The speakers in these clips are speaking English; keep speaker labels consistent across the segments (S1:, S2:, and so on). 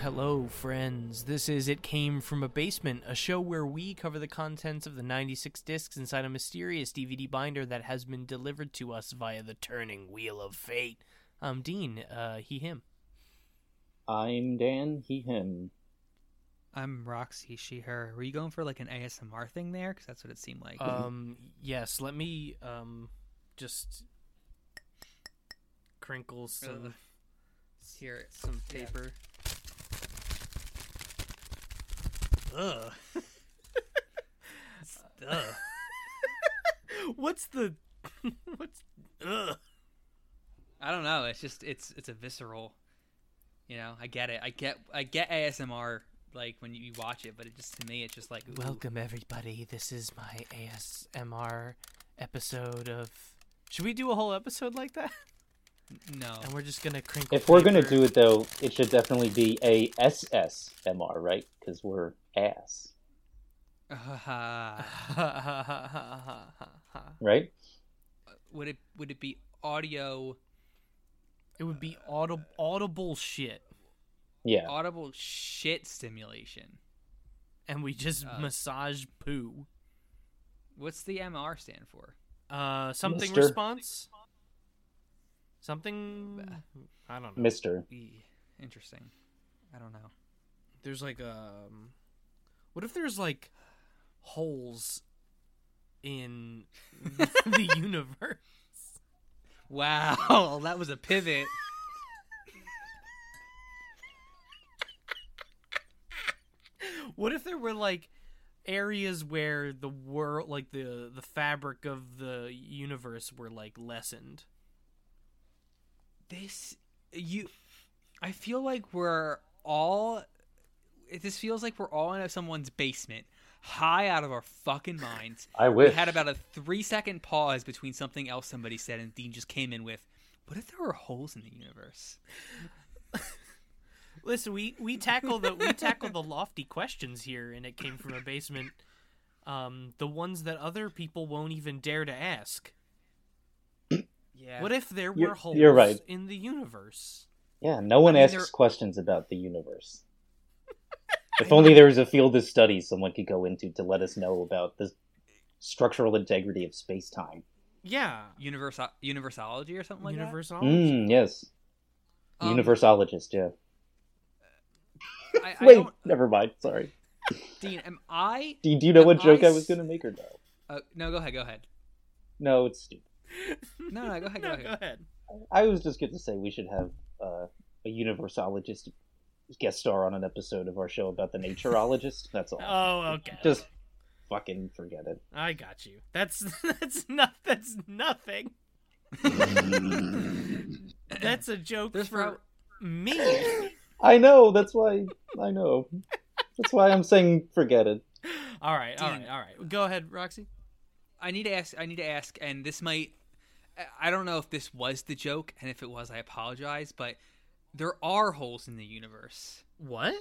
S1: Hello, friends. This is It Came From a Basement, a show where we cover the contents of the 96 discs inside a mysterious DVD binder that has been delivered to us via the turning wheel of fate. I'm Dean, uh, he, him.
S2: I'm Dan, he, him.
S3: I'm Roxy, she, her. Were you going for like an ASMR thing there? Because that's what it seemed like.
S1: Um, yes, let me um, just uh, crinkle some,
S3: Ugh. Here,
S1: some
S3: yeah.
S1: paper. uh,
S3: Ugh. Ugh.
S1: What's the. what's. uh? Ugh.
S3: I don't know. It's just it's it's a visceral. You know, I get it. I get I get ASMR like when you watch it, but it just to me it's just like ooh.
S1: Welcome, everybody. This is my ASMR episode of. Should we do a whole episode like that?
S3: No,
S1: And we're just gonna crinkle.
S2: If we're gonna
S1: paper.
S2: do it though, it should definitely be a SSMR, right? Because we're ass, right?
S3: would it would it be audio
S1: it would be audible, audible shit,
S2: Yeah.
S3: audible shit stimulation?
S1: and we just
S3: Uh.
S1: massage poo.
S3: What's the MR stand for?
S1: Uh, something
S2: Mister.
S1: response. Something. I don't know.
S2: Mister.
S3: E- Interesting. I don't know.
S1: There's like um, what if there's like holes in the universe?
S3: Wow, that was a pivot.
S1: What if there were like areas where the world, like the the fabric of the universe, were like lessened?
S3: this you i feel like we're all it- this feels like we're all in someone's basement high out of our fucking minds
S2: I
S3: we
S2: wish.
S3: had about a three second pause between something else somebody said and dean just came in with what if there were holes in the universe
S1: Listen, we we tackle the we tackle the lofty questions here, and it came from a basement. Um, the ones that other people won't even dare to ask.
S3: yeah
S1: What if there were
S2: You're-
S1: holes
S2: you're right.
S1: in the universe?
S2: yeah. No one
S3: I mean,
S2: asks
S3: there-
S2: questions about the universe. if only there was a field of study someone could go into to let us know about the structural integrity of space time.
S1: Yeah,
S3: universe universology or something like
S1: universology.
S2: Mm, yes.
S3: that Um,
S2: Universologist. Yeah.
S3: I, I
S2: Wait.
S3: don't-
S2: Never mind. Sorry.
S3: dean am i
S2: Do, do you know
S3: Am
S2: what
S3: I
S2: joke I was
S3: s-
S2: gonna make or no?
S3: uh, no go ahead go ahead
S2: No, it's stupid.
S3: no no go ahead go
S1: No,
S3: ahead
S1: go ahead.
S2: I was just going to say we should have uh, a universologist guest star on an episode of our show about the naturologist. That's all.
S1: Oh, okay.
S2: Just fucking forget it.
S1: I got you. That's that's not that's nothing. that's a joke
S3: there's
S1: for
S3: prob-
S1: me.
S2: I know. That's why. I know. That's why I'm saying forget it.
S1: All right, all right,
S3: Dean.
S1: all right. Go ahead, Roxy.
S3: I need to ask. I need to ask, and this might. I- I don't know if this was the joke, and if it was, I apologize. But there are holes in the universe.
S1: What?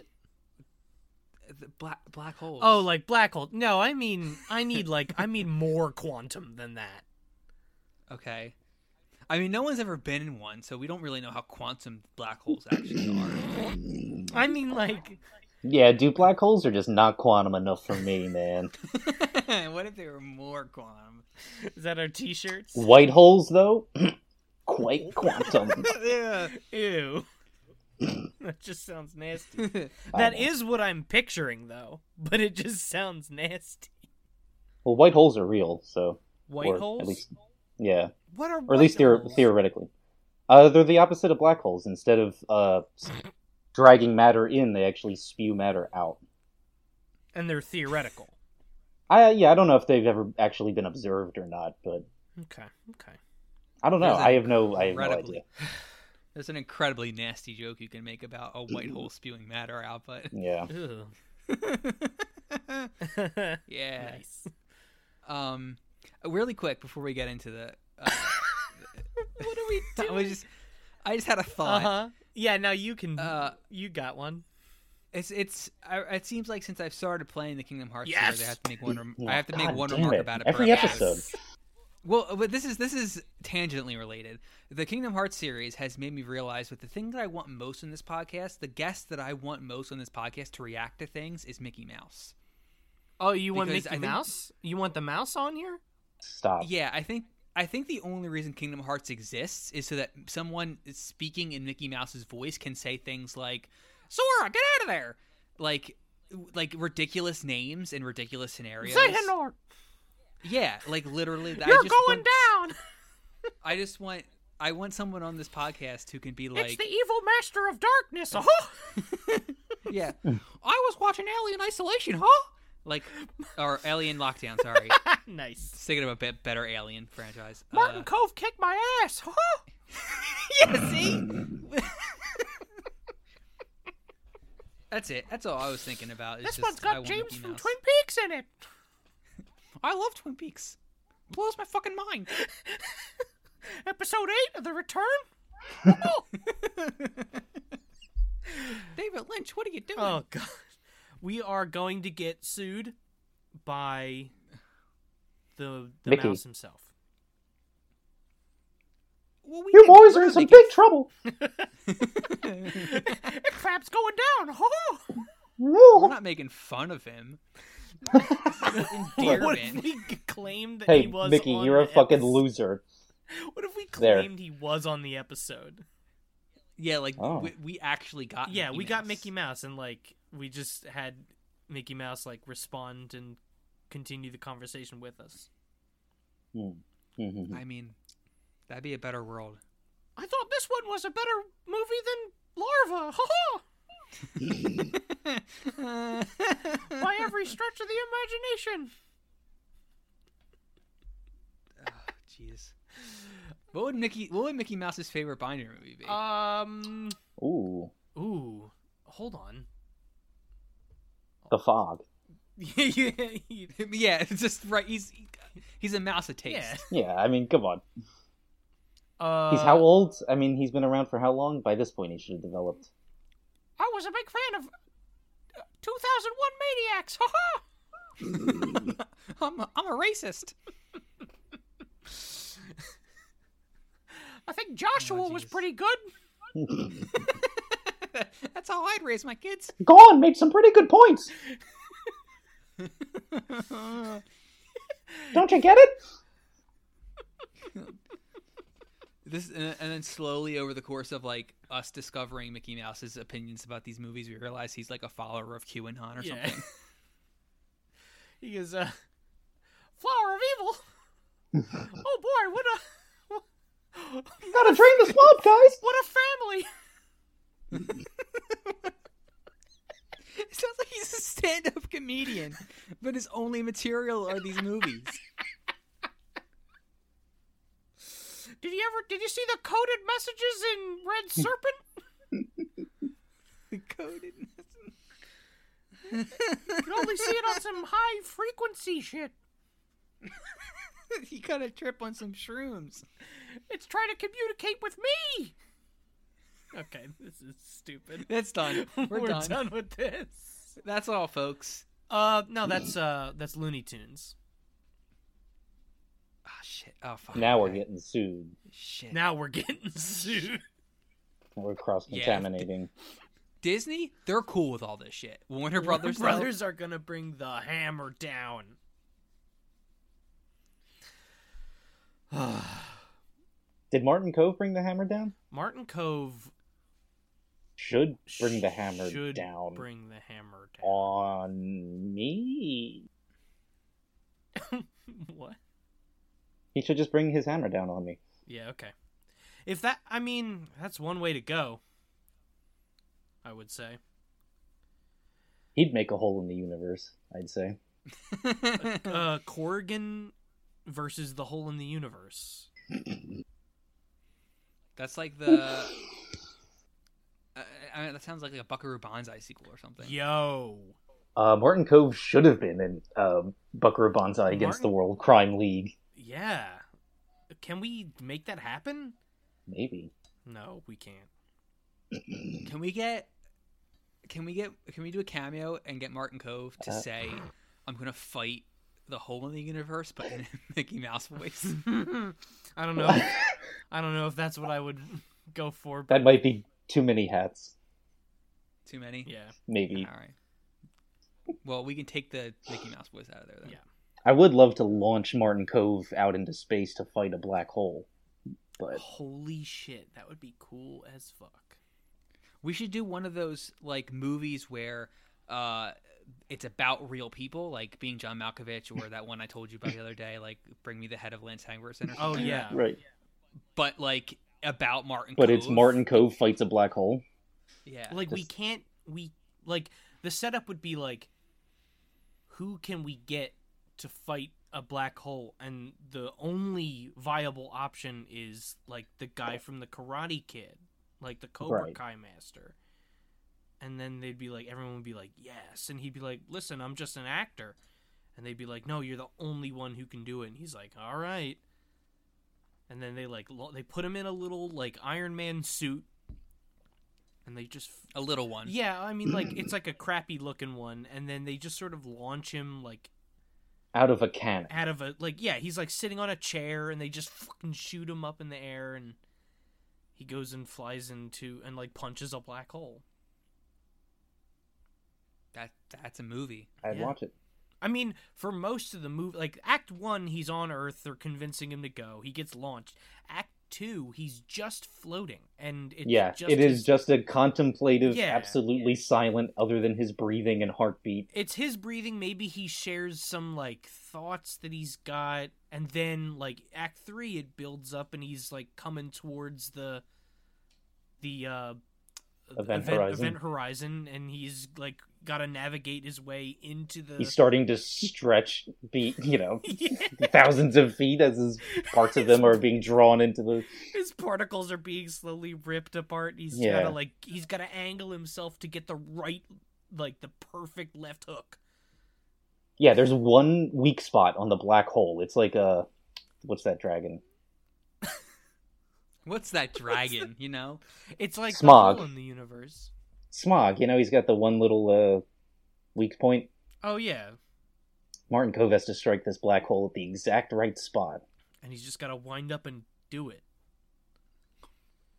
S3: The black black holes.
S1: Oh, like black hole. No, I mean, I need like I mean more quantum than that.
S3: okay. I mean, no one's ever been in one, so we don't really know how quantum black holes actually are.
S1: I mean, like
S2: Yeah, do black holes are just not quantum enough for me, man.
S3: what if they were more quantum?
S1: is that our t-shirts?
S2: White holes, though, quite quantum.
S3: yeah.
S1: Uh, Ew. that just sounds nasty.
S2: I
S1: That
S2: know.
S1: is what I'm picturing though, but it just sounds nasty.
S2: Well, white holes are real, so
S1: White
S2: or
S1: holes?
S2: At least, yeah.
S1: What are
S2: or at least
S1: white
S2: theor-
S1: holes?
S2: theoretically. Uh, they're the opposite of black holes. Instead of uh, s- dragging matter in, they actually spew matter out.
S1: and they're theoretical.
S2: I yeah, I don't know if they've ever actually been observed or not, but
S1: Okay. Okay.
S2: I don't know.
S3: There's a
S2: I have no, I have no
S3: incredibly-
S2: idea.
S3: There's an incredibly nasty joke you can make about a white hole spewing matter out, but
S2: Yeah,
S1: Ew.
S3: yeah.
S1: nice.
S3: Um, really quick before we get into the, uh,
S1: What are we
S3: I was just, I just had a
S1: Uh
S3: thought.
S1: huh. Yeah. Now you can.
S3: Uh,
S1: you got one.
S3: It's, it's, I, it seems like since I've started playing the Kingdom Hearts
S1: Yes!
S3: series, I have to make one, rem-
S2: Yeah,
S3: I have to make
S2: God
S3: one
S2: damn
S3: remark
S2: it.
S3: about it
S2: Every
S3: per
S2: episode.
S3: Well, but this is this is tangentially related. The Kingdom Hearts series has made me realize that the thing that I want most in this podcast, the guest that I want most on this podcast to react to things, is Mickey Mouse.
S1: Oh, you want
S3: Because
S1: Mickey
S3: I think-
S1: Mouse? You want the mouse on here?
S2: Stop.
S3: Yeah, I think I think the only reason Kingdom Hearts exists is so that someone is speaking in Mickey Mouse's voice can say things like "Sora, get out of there!" like like ridiculous names and ridiculous scenarios.
S1: Xehanort,
S3: Yeah, like literally. I
S1: you're
S3: just
S1: going
S3: want,
S1: down.
S3: I just want I want someone on this podcast who can be
S1: it's
S3: like,
S1: the evil master of darkness. Oh,
S3: yeah, I was watching Alien Isolation, huh? Like, or Alien Lockdown. Sorry,
S1: nice.
S3: thinking of a bit better Alien franchise.
S1: Martin
S3: Uh,
S1: Cove kicked my ass. Oh.
S3: yeah, see? That's it. That's all I was thinking about. is
S1: This
S3: just,
S1: one's
S3: I
S1: got
S3: want
S1: James
S3: Mickey
S1: from
S3: Mouse.
S1: Twin Peaks in it.
S3: I love Twin Peaks. Blows my fucking mind.
S1: Episode 8 of The Return?
S3: David Lynch, what are you doing?
S1: Oh, God. We are going to get sued by the, the
S2: Mickey.
S1: mouse himself.
S3: Well, we
S2: Your
S3: can-
S2: boys
S3: we're
S2: are in
S3: not
S2: some
S3: making-
S2: big trouble.
S1: Crap's going down. Oh.
S3: We're
S2: No.
S3: not making fun of him.
S1: What
S3: Endearment.
S1: if we claimed that he
S2: Hey,
S1: was
S2: Mickey,
S1: on
S2: you're a
S1: the
S2: fucking
S1: episode?
S2: loser.
S1: What if we
S2: There.
S1: claimed he was on the episode?
S3: Yeah, like
S2: Oh.
S3: we, we actually got.
S1: Yeah,
S3: Mickey
S1: we got
S3: Mouse.
S1: Uh, Mickey Mouse and like we just had Mickey Mouse like respond and continue the conversation with us.
S2: Mhm.
S3: I mean, that'd be a better world.
S1: I thought this one was a better movie than Larva. Ha ha! By every stretch of the imagination.
S3: Jeez. What would Mickey? What would Mickey Mouse's favorite Binder movie be?
S1: Um.
S2: hmm. Ooh,
S1: Ooh. Hold on.
S2: the fog.
S3: yeah, it's just right. He's he's a mouse of taste.
S1: Yeah.
S2: Yeah, I mean, come on.
S1: Uh,
S2: He's how old? I mean, he's been around for how long? By this point, he should have developed.
S1: I was a big fan of uh, 2001 Maniacs. Ha ha!
S3: I'm a, I'm a racist.
S1: I think Joshua was
S3: jeez.
S1: pretty good.
S3: That's how I'd raise my kids.
S2: Go on, make some pretty good points. Don't you get it?
S3: This and, and then slowly over the course of like us discovering Mickey Mouse's opinions about these movies, we realize he's like a follower of QAnon or
S1: Yeah.
S3: something.
S1: He goes, uh, Flower of Evil. oh boy, what a
S2: Gotta drain the swamp, guys.
S1: what a family.
S3: It sounds like he's a stand-up comedian, but his only material are these movies.
S1: Did you ever did you see the coded messages in Red Serpent?
S3: The coded.
S1: You can only see it on some high frequency shit.
S3: he got a trip on some shrooms.
S1: It's trying to communicate with me. Okay, this is stupid.
S3: That's done. We're, done.
S1: with this.
S3: That's all, folks.
S1: Uh no, that's uh that's Looney Tunes.
S3: Oh shit. Oh fuck.
S2: Now we're
S3: Okay.
S2: getting sued.
S3: shit.
S1: Now we're getting sued.
S2: We're cross contaminating.
S3: Disney, they're cool with all this shit. Warner
S1: Brothers
S3: Brothers, though,
S1: brothers are gonna bring the hammer down.
S2: Did Martin Cove bring the hammer down?
S1: Martin Cove
S2: Should bring the hammer
S1: should
S2: down
S1: Bring the hammer down.
S2: on me.
S1: what?
S2: He should just bring his hammer down on me.
S1: Yeah, okay. If that, I mean, that's one way to go. I would say
S2: He'd make a hole in the universe, I'd say.
S1: uh, Corrigan versus the hole in the universe.
S3: That's like the. uh, I, I mean, that sounds like, a Buckaroo Banzai sequel or something.
S1: Yo,
S2: Uh, Martin Cove should have been in um Buckaroo Banzai against
S1: Martin-
S2: the World Crime League.
S1: yeah. Can we make that happen?
S2: Maybe.
S1: No, we can't.
S3: Can we get? Can we get? Can we do a cameo and get Martin Cove to
S2: Uh.
S3: say, "I'm gonna fight the whole of the universe, but in a Mickey Mouse voice.
S1: I don't know. I don't know if that's what I would go for. But
S2: that might be too many hats.
S3: Too many.
S1: yeah,
S2: Maybe
S3: All right. Well, we can take the Mickey Mouse voice out of there then.
S1: Yeah.
S2: I would love to launch Martin Cove out into space to fight a black hole, but
S1: holy shit, that would be cool as fuck.
S3: We should do one of those like movies where uh it's about real people, like being John Malkovich or that one I told you about the other day, like bring me the head of Lance Henriksen or something.
S1: Oh
S3: like
S1: yeah,
S3: that.
S2: right.
S3: But like about Martin
S2: But it's
S3: Cove.
S2: Martin Cove fights a black hole.
S3: Yeah.
S1: like we
S2: Just-
S1: can't we like the setup would be like who can we get to fight a black hole and the only viable option is like the guy from the karate kid like the cobra
S2: Right.
S1: kai master and then they'd be like everyone would be like yes and he'd be like listen i'm just an actor and they'd be like no you're the only one who can do it and he's like all right and then they like lo- they put him in a little like iron man suit and they just
S3: a little one.
S1: yeah, I mean, like it's like a crappy looking one, and then they just sort of launch him like
S2: Out of a cannon.
S1: out of a like yeah, he's like sitting on a chair, and they just fucking shoot him up in the air, and he goes and flies into and like punches a black hole.
S3: That that's a movie.
S2: I'd
S1: Yeah.
S2: watch it.
S1: I mean, for most of the movie, like Act One, he's on Earth, they're convincing him to go, he gets launched. Act Two, he's just floating, and it's
S2: yeah,
S1: just
S2: it is
S1: his-
S2: just a contemplative,
S1: Yeah.
S2: absolutely silent, other than his breathing and heartbeat.
S1: it's his breathing maybe he shares some like thoughts that he's got and then like act 3 it builds up and he's like coming towards the the uh
S2: Event horizon.
S1: event horizon and he's like got to navigate his way into the
S2: He's starting to stretch, be you know,
S1: Yeah,
S2: thousands of feet as his parts of them are being drawn into the.
S1: his particles are being slowly ripped apart he's
S2: Yeah.
S1: got to like he's got to angle himself to get the right like the perfect left hook
S2: Yeah, there's one weak spot on the black hole. It's like a, what's that dragon?
S3: What's that dragon, you know?
S1: it's like
S2: Smog.
S1: the hole in the universe
S2: Smog. You know, he's got the one little uh, weak point.
S1: oh yeah
S2: Martin Cove has to strike this black hole at the exact right spot.
S1: and he's just got to wind up and do it.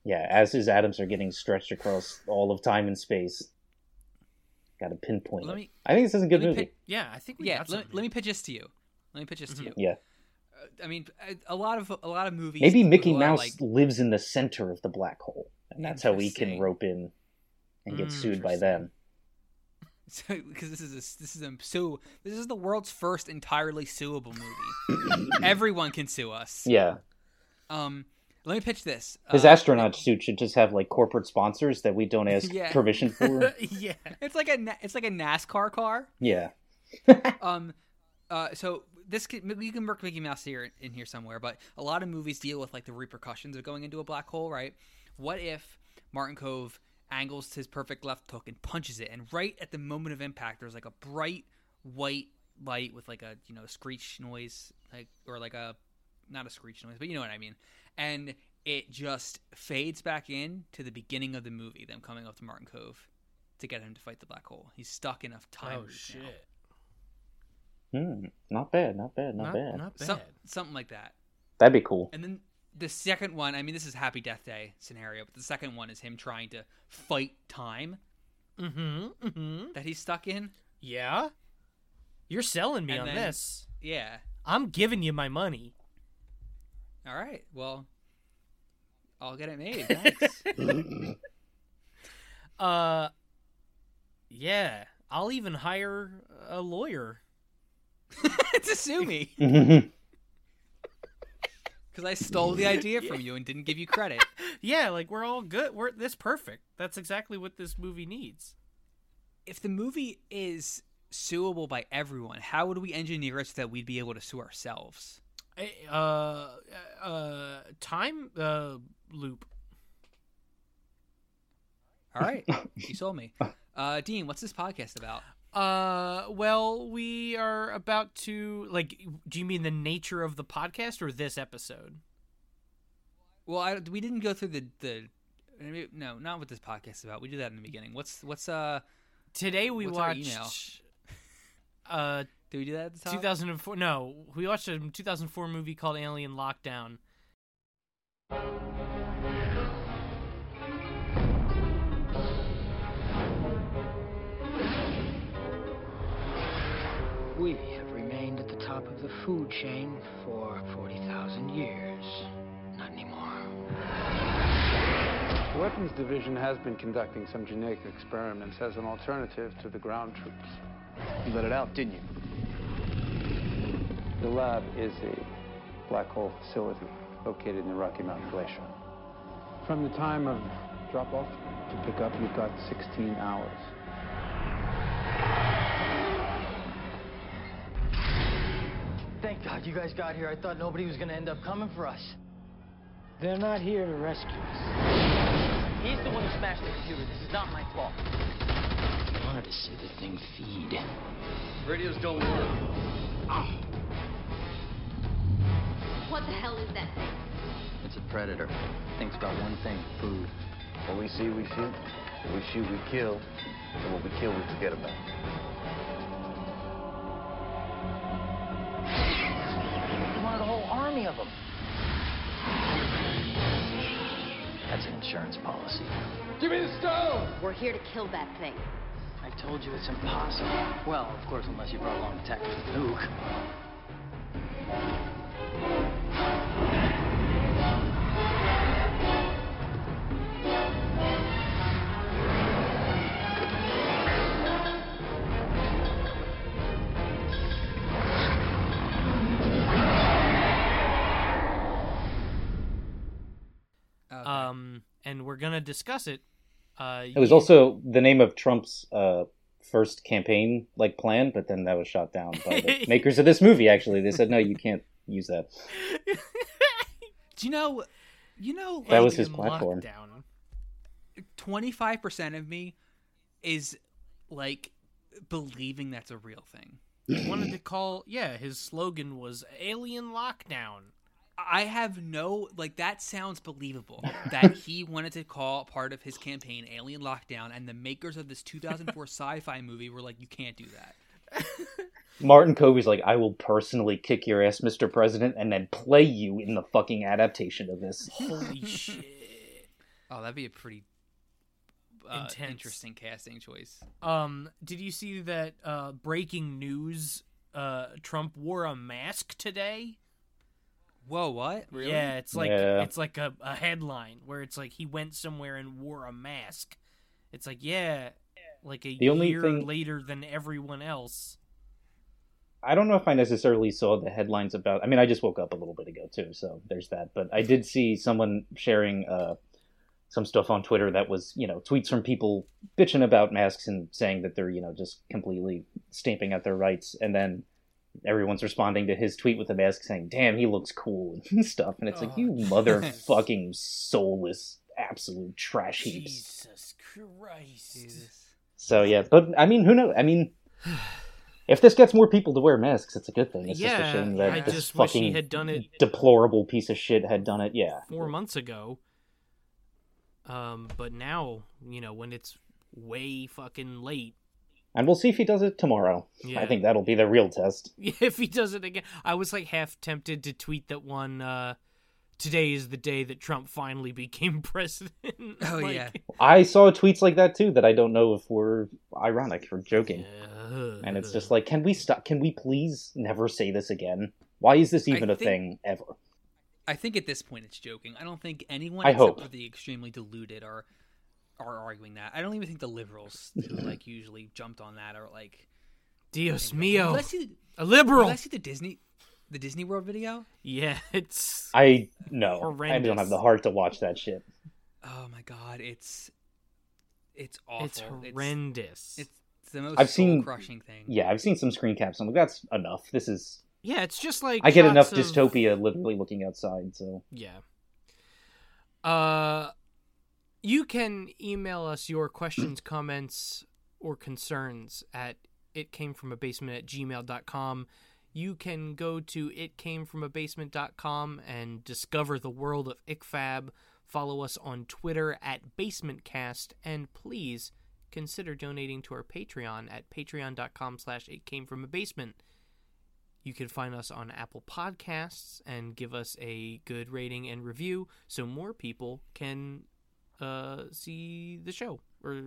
S2: Yeah, as his atoms are getting stretched across all of time and space. Got to pinpoint.
S3: Let
S2: it.
S3: me
S2: I think this is a good
S3: let me
S2: movie.
S3: pick-
S1: Yeah, I think we
S3: yeah,
S1: got
S3: let,
S1: something.
S3: let me pitch this to you. Let me pitch this to
S1: Mhm.
S3: you.
S2: Yeah.
S3: Uh, I mean, a- a lot of a lot of movies.
S2: Maybe
S3: with a
S2: Mickey
S3: lot of,
S2: Mouse
S3: like,
S2: lives in the center of the black hole, and that's how we can
S3: Interesting. Hmm,
S2: rope in and get sued by
S1: Interesting.
S2: them.
S3: So, because this is a, this is a sue. This is the world's first entirely suable movie. Everyone can sue us.
S2: Yeah,
S3: Um, let me pitch this.
S2: his
S3: Uh,
S2: astronaut suit should just have like corporate sponsors that we don't ask
S3: Yeah.
S2: permission for.
S1: yeah,
S3: Uh, It's like a Na- it's like a NASCAR car.
S2: yeah,
S3: Um, uh, so this can, you can work Mickey Mouse here in here somewhere, but a lot of movies deal with like the repercussions of going into a black hole, right? What if Martin Cove angles his perfect left hook and punches it, and right at the moment of impact, there's like a bright white light with like a you know screech noise, like or like a not a screech noise, but you know what I mean, and it just fades back in to the beginning of the movie, them coming up to Martin Cove to get him to fight the black hole. He's stuck in a
S1: oh
S3: time. loop now.
S1: shit,
S2: Hmm, not bad, not bad, not,
S1: not
S2: bad.
S1: not bad.
S3: Some, something like that.
S2: That'd be cool.
S3: And then the second one, I mean, this is Happy Death Day scenario, but the second one is him trying to fight time
S1: Mm-hmm, mm-hmm.
S3: that he's stuck in.
S1: Yeah, you're selling me
S3: And
S1: on
S3: then-
S1: this.
S3: Yeah.
S1: I'm giving you my money.
S3: All right. Well, I'll get it made. Thanks.
S1: Uh, yeah, I'll even hire a lawyer.
S3: to sue me because I stole the idea from you and didn't give you credit.
S1: Yeah, like we're all good. We're this perfect. That's exactly what this movie needs.
S3: If the movie is suable by everyone, how would we engineer it so that we'd be able to sue ourselves?
S1: Eh, Uh, uh, time uh loop.
S3: All right. you sold me. Uh, Dean, what's this podcast about?
S1: Uh, well, we are about to like. Do you mean the nature of the podcast or this episode?
S3: Well, I, we didn't go through the the maybe- no, not what this podcast is about. We did that in the beginning. What's what's uh
S1: Today we
S3: What's our email?
S1: watched. uh,
S3: Did we do that at the top?
S1: 2004. No, we watched a 2004 movie called Alien Lockdown.
S4: We have remained at the top of the food chain for 40,000 years. Not anymore.
S5: The Weapons Division has been conducting some genetic experiments as an alternative to the ground troops. You let it out, didn't you? The lab is a black hole facility located in the Rocky Mountain Glacier. From the time of drop off to pick up, you've got 16 hours.
S4: Thank God you guys got here. I thought nobody was going to end up coming for us. They're not here to rescue us. He's the one who smashed the computer. This is not my fault. I wanted to see the thing feed.
S6: Radios don't work.
S7: What the hell is that thing?
S4: It's a predator. Thinks about one thing food.
S6: When we see, we shoot. When we shoot, we kill. And what we kill, we forget about.
S4: He wanted a whole army of them. That's an insurance policy.
S7: We're here to kill that thing.
S4: I told you it's impossible. Well, of course, unless you brought along a tactical nuke.
S3: Okay.
S1: Um, and we're gonna discuss it. Uh,
S2: It was also the name of Trump's uh, first campaign like plan, but then that was shot down by the makers of this movie. Actually, they said no, you can't use that.
S3: do you know? You know,
S2: That
S3: like,
S2: was his
S1: Alien
S2: platform.
S1: Lockdown.
S3: 25% of me is like believing that's a real thing.
S1: He wanted to call. Yeah, his slogan was Alien Lockdown.
S3: I have no like that sounds believable that he wanted to call part of his campaign Alien Lockdown and the makers of this 2004 sci-fi movie were like you can't do that.
S2: Martin Kobe's like, I will personally kick your ass, Mr. President, and then play you in the fucking adaptation of this.
S1: Holy shit.
S3: Oh, that'd be a pretty uh,
S1: Intense.
S3: interesting casting choice.
S1: Um, did you see that uh, breaking news? Uh, Trump wore a mask today.
S3: Whoa, what? Really?
S1: Yeah, it's like
S2: Yeah.
S1: it's like a, a headline where it's like he went somewhere and wore a mask. It's like yeah, like a
S2: The only
S1: year
S2: thing-
S1: later than everyone else.
S2: I don't know if I necessarily saw the headlines about. I mean, I just woke up a little bit ago too, so there's that. But I did see someone sharing uh, some stuff on Twitter that was, you know, tweets from people bitching about masks and saying that they're, you know, just completely stamping out their rights, and then everyone's responding to his tweet with a mask saying, "Damn, he looks cool" and stuff. And it's like,
S1: Oh,
S2: you motherfucking soulless, absolute trash heaps.
S1: Jesus Christ!
S3: Jesus.
S2: So yeah, but I mean, who knows? I mean, if this gets more people to wear masks, it's a good thing. It's just
S1: Yeah,
S2: a shame that
S1: I
S2: this
S1: just wish
S2: fucking
S1: he had done it
S2: deplorable piece of shit had done it. Yeah,
S1: four months ago. Um, but now you know when it's way fucking late.
S2: and we'll see if he does it tomorrow.
S1: Yeah.
S2: I think that'll be the real test.
S1: if he does it again i was like half tempted to tweet that one uh today is the day that trump finally became president
S3: Oh,
S1: Like,
S3: yeah.
S2: I saw tweets like that too that I don't know if were ironic or joking.
S1: uh,
S2: And it's just like, can we stop? Can we please never say this again? Why is this
S3: I
S2: even a
S3: think-
S2: thing ever?
S3: I think at this point it's joking. I don't think anyone
S2: I
S3: except
S2: hope.
S3: for the extremely deluded are are arguing that. I don't even think the liberals who like usually jumped on that are like
S1: dios mio
S3: Let's see
S1: a
S3: Did
S1: liberal
S3: I see the Disney, the Disney World video?
S1: yeah it's
S2: I no, I
S1: Horrendous.
S2: don't have the heart to watch that shit.
S3: Oh my god, it's it's awful.
S1: it's horrendous
S3: It's, it's the most
S2: I've seen-
S3: crushing thing.
S2: Yeah, I've seen some screen caps. I'm like, that's enough. This is
S1: yeah it's just like
S2: I get enough
S1: shots of-
S2: dystopia literally looking outside. So
S1: yeah uh you can email us your questions comments or concerns at it came from a basement at gmail.com you can go to it came from a basement.com and discover the world of icfab follow us on twitter at basementcast and please consider donating to our Patreon at patreon.com slash it came from a basement. You can find us on Apple Podcasts and give us a good rating and review so more people can uh, see the show or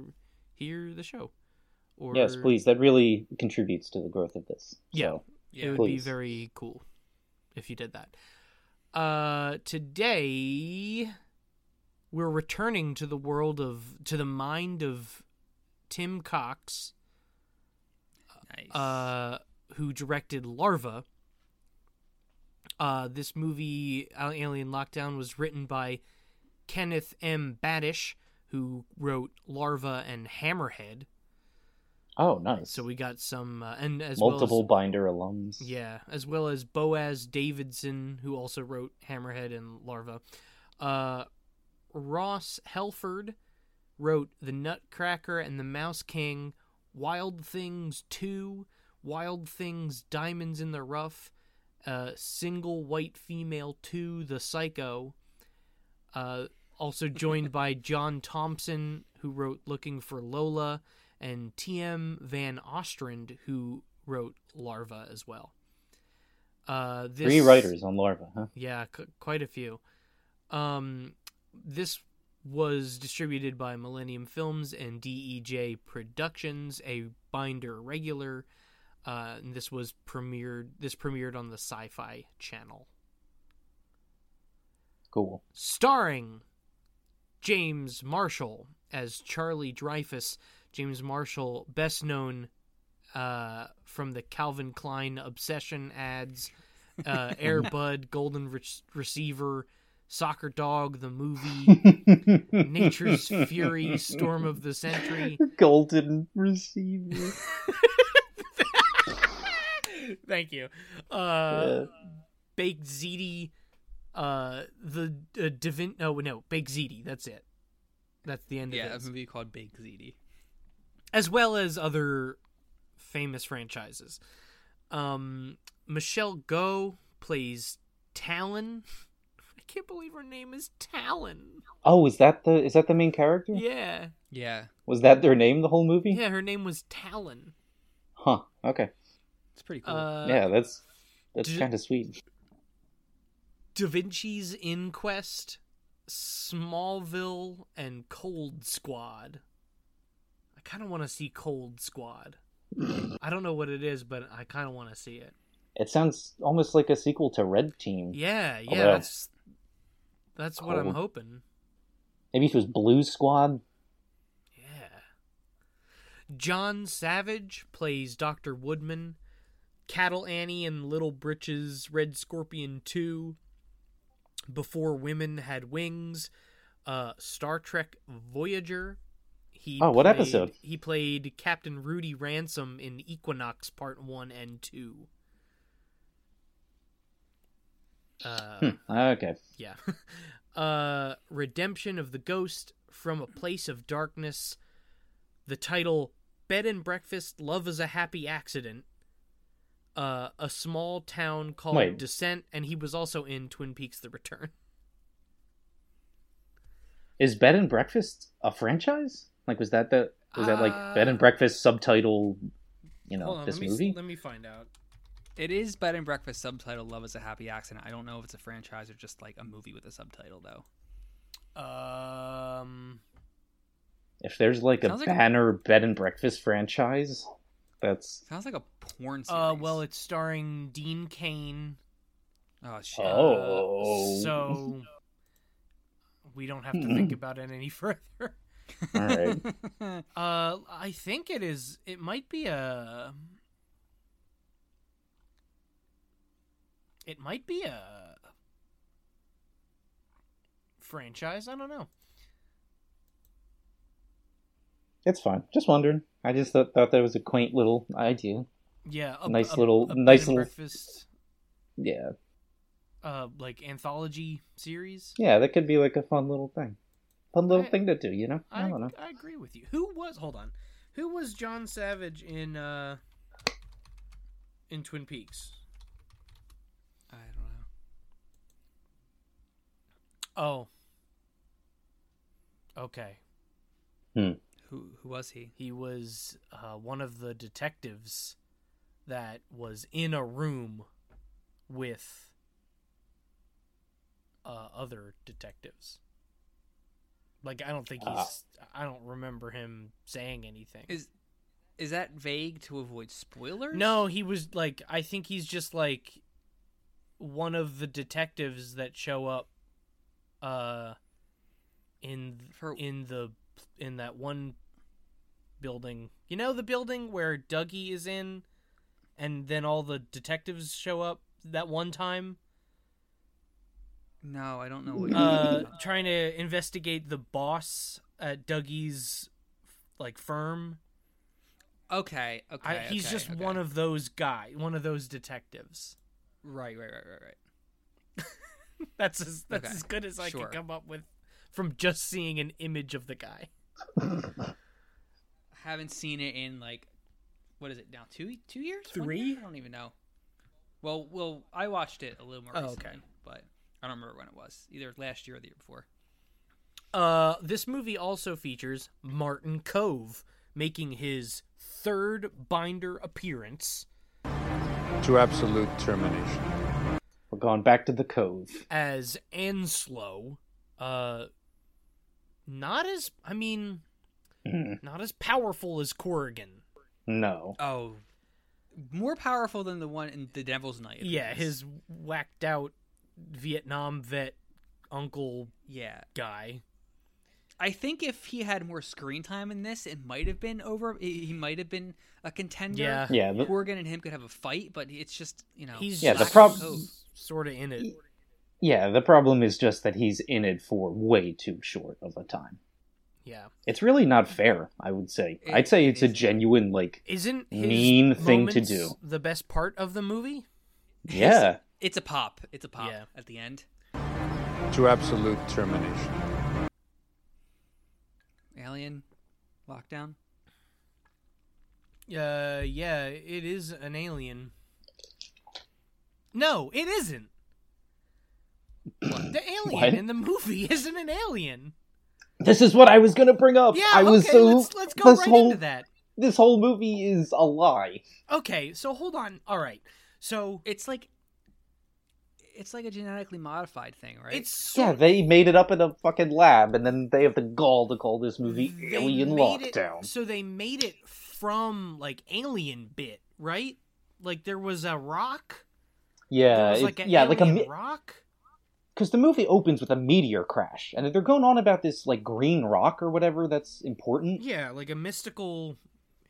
S1: hear the show. Or
S2: Yes, please. That really contributes to the growth of this.
S1: Yeah.
S2: So,
S1: it would
S2: please.
S1: be very cool if you did that. Uh, today we're returning to the world of to the mind of Tim Cox,
S3: Nice.
S1: uh, who directed Larva. Uh, this movie, Al- Alien Lockdown, was written by Kenneth M. Badish, who wrote Larva and Hammerhead.
S2: Oh, nice.
S1: So we got some, uh, and as well as-
S2: multiple binder alums.
S1: Yeah, as well as Boaz Davidson, who also wrote Hammerhead and Larva. Uh, Ross Helford wrote The Nutcracker and the Mouse King, Wild Things 2, Wild Things Diamonds in the Rough, uh, Single White Female 2, The Psycho. Uh, also joined by John Thompson, who wrote Looking for Lola, and T.M. Van Ostrand, who wrote Larva as well. Uh, this,
S2: Three writers on Larva, huh?
S1: yeah, c- quite a few. Um, this was distributed by Millennium Films and DEJ Productions, a Binder regular. Uh, and this was premiered. This premiered on the Sci-Fi Channel,
S2: Cool.
S1: starring James Marshall as Charlie Dreyfus. James Marshall, best known uh, from the Calvin Klein obsession ads, uh, Airbud, Golden Re- Receiver, Soccer Dog, the movie, Nature's Fury, Storm of the Century.
S2: Golden receiver.
S1: Thank you. Uh, Baked Ziti, uh, the uh, Divin. Oh no, Baked Ziti. That's it. That's the end
S3: yeah,
S1: of
S3: a
S1: it.
S3: movie called Big ZD.
S1: As well as other famous franchises. Um, Michelle Go plays Talon. I can't believe her name is Talon.
S2: oh, is that the is that the main character?
S1: Yeah,
S3: Yeah,
S2: Was that their name the whole movie?
S1: yeah. Her name was Talon.
S2: Huh. Okay.
S3: it's pretty cool.
S1: Uh,
S2: yeah, that's that's
S1: did-
S2: kind of sweet.
S1: Da Vinci's Inquest, Smallville, and Cold Squad. I kind of want to see Cold Squad. I don't know what it is, but I kind of want to see it.
S2: It sounds almost like a sequel to Red Team.
S1: Yeah, yeah,
S2: Although-
S1: that's that's what I'm
S2: Cold.
S1: hoping.
S2: Maybe it was Blue Squad.
S1: Yeah. John Savage plays Dr. Woodman, Cattle Annie and Little Britches, Red Scorpion 2, Before Women Had Wings, uh, Star Trek Voyager. He
S2: Oh, what
S1: played-
S2: episode?
S1: He played Captain Rudy Ransom in Equinox Part 1 and 2. Uh,
S2: Okay.
S1: yeah. Uh, Redemption of the Ghost from a Place of Darkness. The title Bed and Breakfast Love is a Happy Accident. Uh, a small town called
S2: Wait.
S1: Descent, and he was also in Twin Peaks The Return.
S2: Is Bed and Breakfast a franchise? Like, was that the was that like Bed and Breakfast subtitle? You know, this
S1: Uh, let me,
S2: movie.
S1: let me find out.
S3: it is Bed and Breakfast subtitle Love is a Happy Accident. I don't know if it's a franchise or just like a movie with a subtitle though.
S1: Um,
S2: If there's like a
S3: Sounds like a-
S2: banner Bed and Breakfast franchise, that's
S3: Sounds like a porn series.
S1: uh, well, it's starring Dean Kane.
S3: oh shit.
S1: uh,
S2: Oh.
S1: so we don't have to think about it any further.
S2: all right.
S1: Uh, I think it is. It might be a. It might be a franchise. I don't know.
S2: It's fine. Just wondering. I just thought, thought that was a quaint little idea.
S1: Yeah, a
S2: Nice
S1: a-
S2: little-
S1: a bed
S2: nice
S1: and
S2: little-
S1: breakfast,
S2: Yeah,
S1: uh, like anthology series.
S2: yeah, that could be like a fun little thing, fun little
S1: I-
S2: thing to do. You know, I,
S1: I,
S2: don't know.
S1: I agree with you. Who was? Hold on. Who was John Savage in uh in Twin Peaks?
S3: I don't know.
S1: Oh. Okay.
S3: Who Who who was he?
S1: He was uh, one of the detectives that was in a room with uh, other detectives. Like I don't think he's. I don't remember him saying anything.
S3: Is is that vague to avoid spoilers?
S1: No, he was like I think he's just like one of the detectives that show up uh in th-
S3: For-
S1: in the in that one building. You know the building where Dougie is in and then all the detectives show up that one time
S3: no, I don't know what.
S1: uh trying to investigate the boss at Dougie's like firm.
S3: okay, okay.
S1: I, he's
S3: okay,
S1: just
S3: okay.
S1: one of those guy, one of those detectives.
S3: right, right, right, right, right.
S1: That's as that's
S3: Okay,
S1: as good as I
S3: sure.
S1: could come up with from just seeing an image of the guy.
S3: haven't seen it in like what is it now two two years One
S1: Three?
S3: year? I don't even know. Well, well, I watched it a little more
S1: Oh,
S3: recently,
S1: okay.
S3: but I don't remember when it was. Either last year or the year before.
S1: Uh, this movie also features Martin Cove making his third binder appearance
S5: To absolute termination.
S2: We're going back to the cove.
S1: as Anslow. Uh, not as I mean,
S2: Hmm.
S1: not as powerful as Corrigan.
S2: No.
S3: Oh, more powerful than the one in The Devil's Night.
S1: Yeah, his whacked out Vietnam vet uncle
S3: yeah.
S1: guy.
S3: I think if he had more screen time in this, it might have been over. He he might have been a contender.
S1: Yeah.
S2: Yeah. The,
S3: Morgan and him could have a fight, but it's just you know
S1: He's
S2: Yeah, the
S1: just
S2: prob-
S1: sort of in it.
S2: yeah. The problem is just that he's in it for way too short of a time.
S1: Yeah.
S2: It's really not
S1: Mm-hmm.
S2: fair. I would say.
S3: It-
S2: I'd say
S3: it
S2: it's a
S3: isn't.
S2: genuine like.
S1: Isn't his
S2: Mean thing to
S1: moments
S2: do.
S1: The best part of the movie?
S2: Yeah.
S3: It's a pop. It's a pop
S1: Yeah.
S3: at the end.
S5: To absolute termination.
S3: Alien lockdown.
S1: Uh, yeah, it is an alien. No, it isn't. The alien
S2: What?
S1: in the movie isn't an alien.
S2: This is what I was gonna bring up.
S1: Yeah,
S2: I was
S1: okay,
S2: so.
S1: let's, let's go
S2: this
S1: right
S2: whole
S1: into that.
S2: this whole movie is a lie.
S1: Okay, so hold on. All right. So
S3: It's like it's like a genetically modified thing, right?
S1: it's sort
S2: Yeah, they made it up in a fucking lab, and then they have the gall to call this movie
S1: they
S2: Alien
S1: made it-
S2: Lockdown.
S1: so they made it from like alien bit, right? Like there was a rock. there
S2: Yeah,
S1: was
S2: Uh, it-
S1: like an
S2: yeah, like
S1: alien
S2: a
S1: rock.
S2: because the movie opens with a meteor crash, and they're going on about this like green rock or whatever that's important.
S1: Yeah, like a mystical,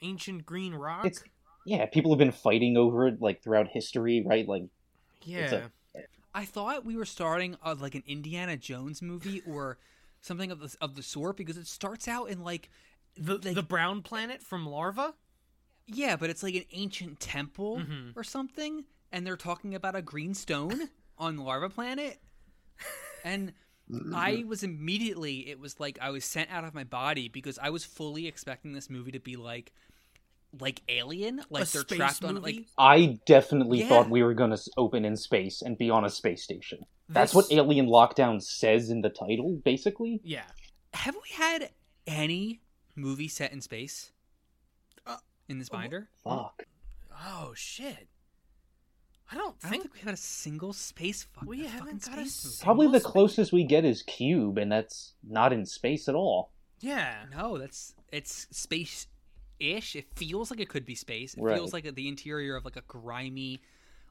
S1: ancient green rock.
S2: It's yeah, people have been fighting over it like throughout history, right? Like
S1: yeah,
S2: a-
S3: I thought we were starting uh, like an Indiana Jones movie or something of the of the sort because it starts out in like
S1: the
S3: like-
S1: the brown planet from larva.
S3: yeah, but it's like an ancient temple
S1: Mm-hmm.
S3: or something, and they're talking about a green stone on Larva Planet, and. I was immediately, it was like I was sent out of my body because I was fully expecting this movie to be like, like Alien, like
S1: a
S3: they're
S1: space
S3: trapped
S1: movie.
S3: on like
S2: I definitely
S3: Yeah.
S2: thought we were going to open in space and be on a space station. That's
S1: This-
S2: what Alien Lockdown says in the title, basically.
S1: Yeah,
S3: Have we had any movie set in space
S1: Uh,
S3: in this binder?
S2: Fuck.
S1: Oh shit! I don't
S3: I don't
S1: think,
S3: think we've had a single space fuck.
S1: We
S3: a fucking
S1: haven't got a
S3: space movie.
S2: Probably the
S1: must be.
S2: closest we get is Cube, and that's not in space at all.
S1: yeah,
S3: No, that's it's space ish. It feels like it could be space. It
S2: Right.
S3: feels like the interior of like a grimy,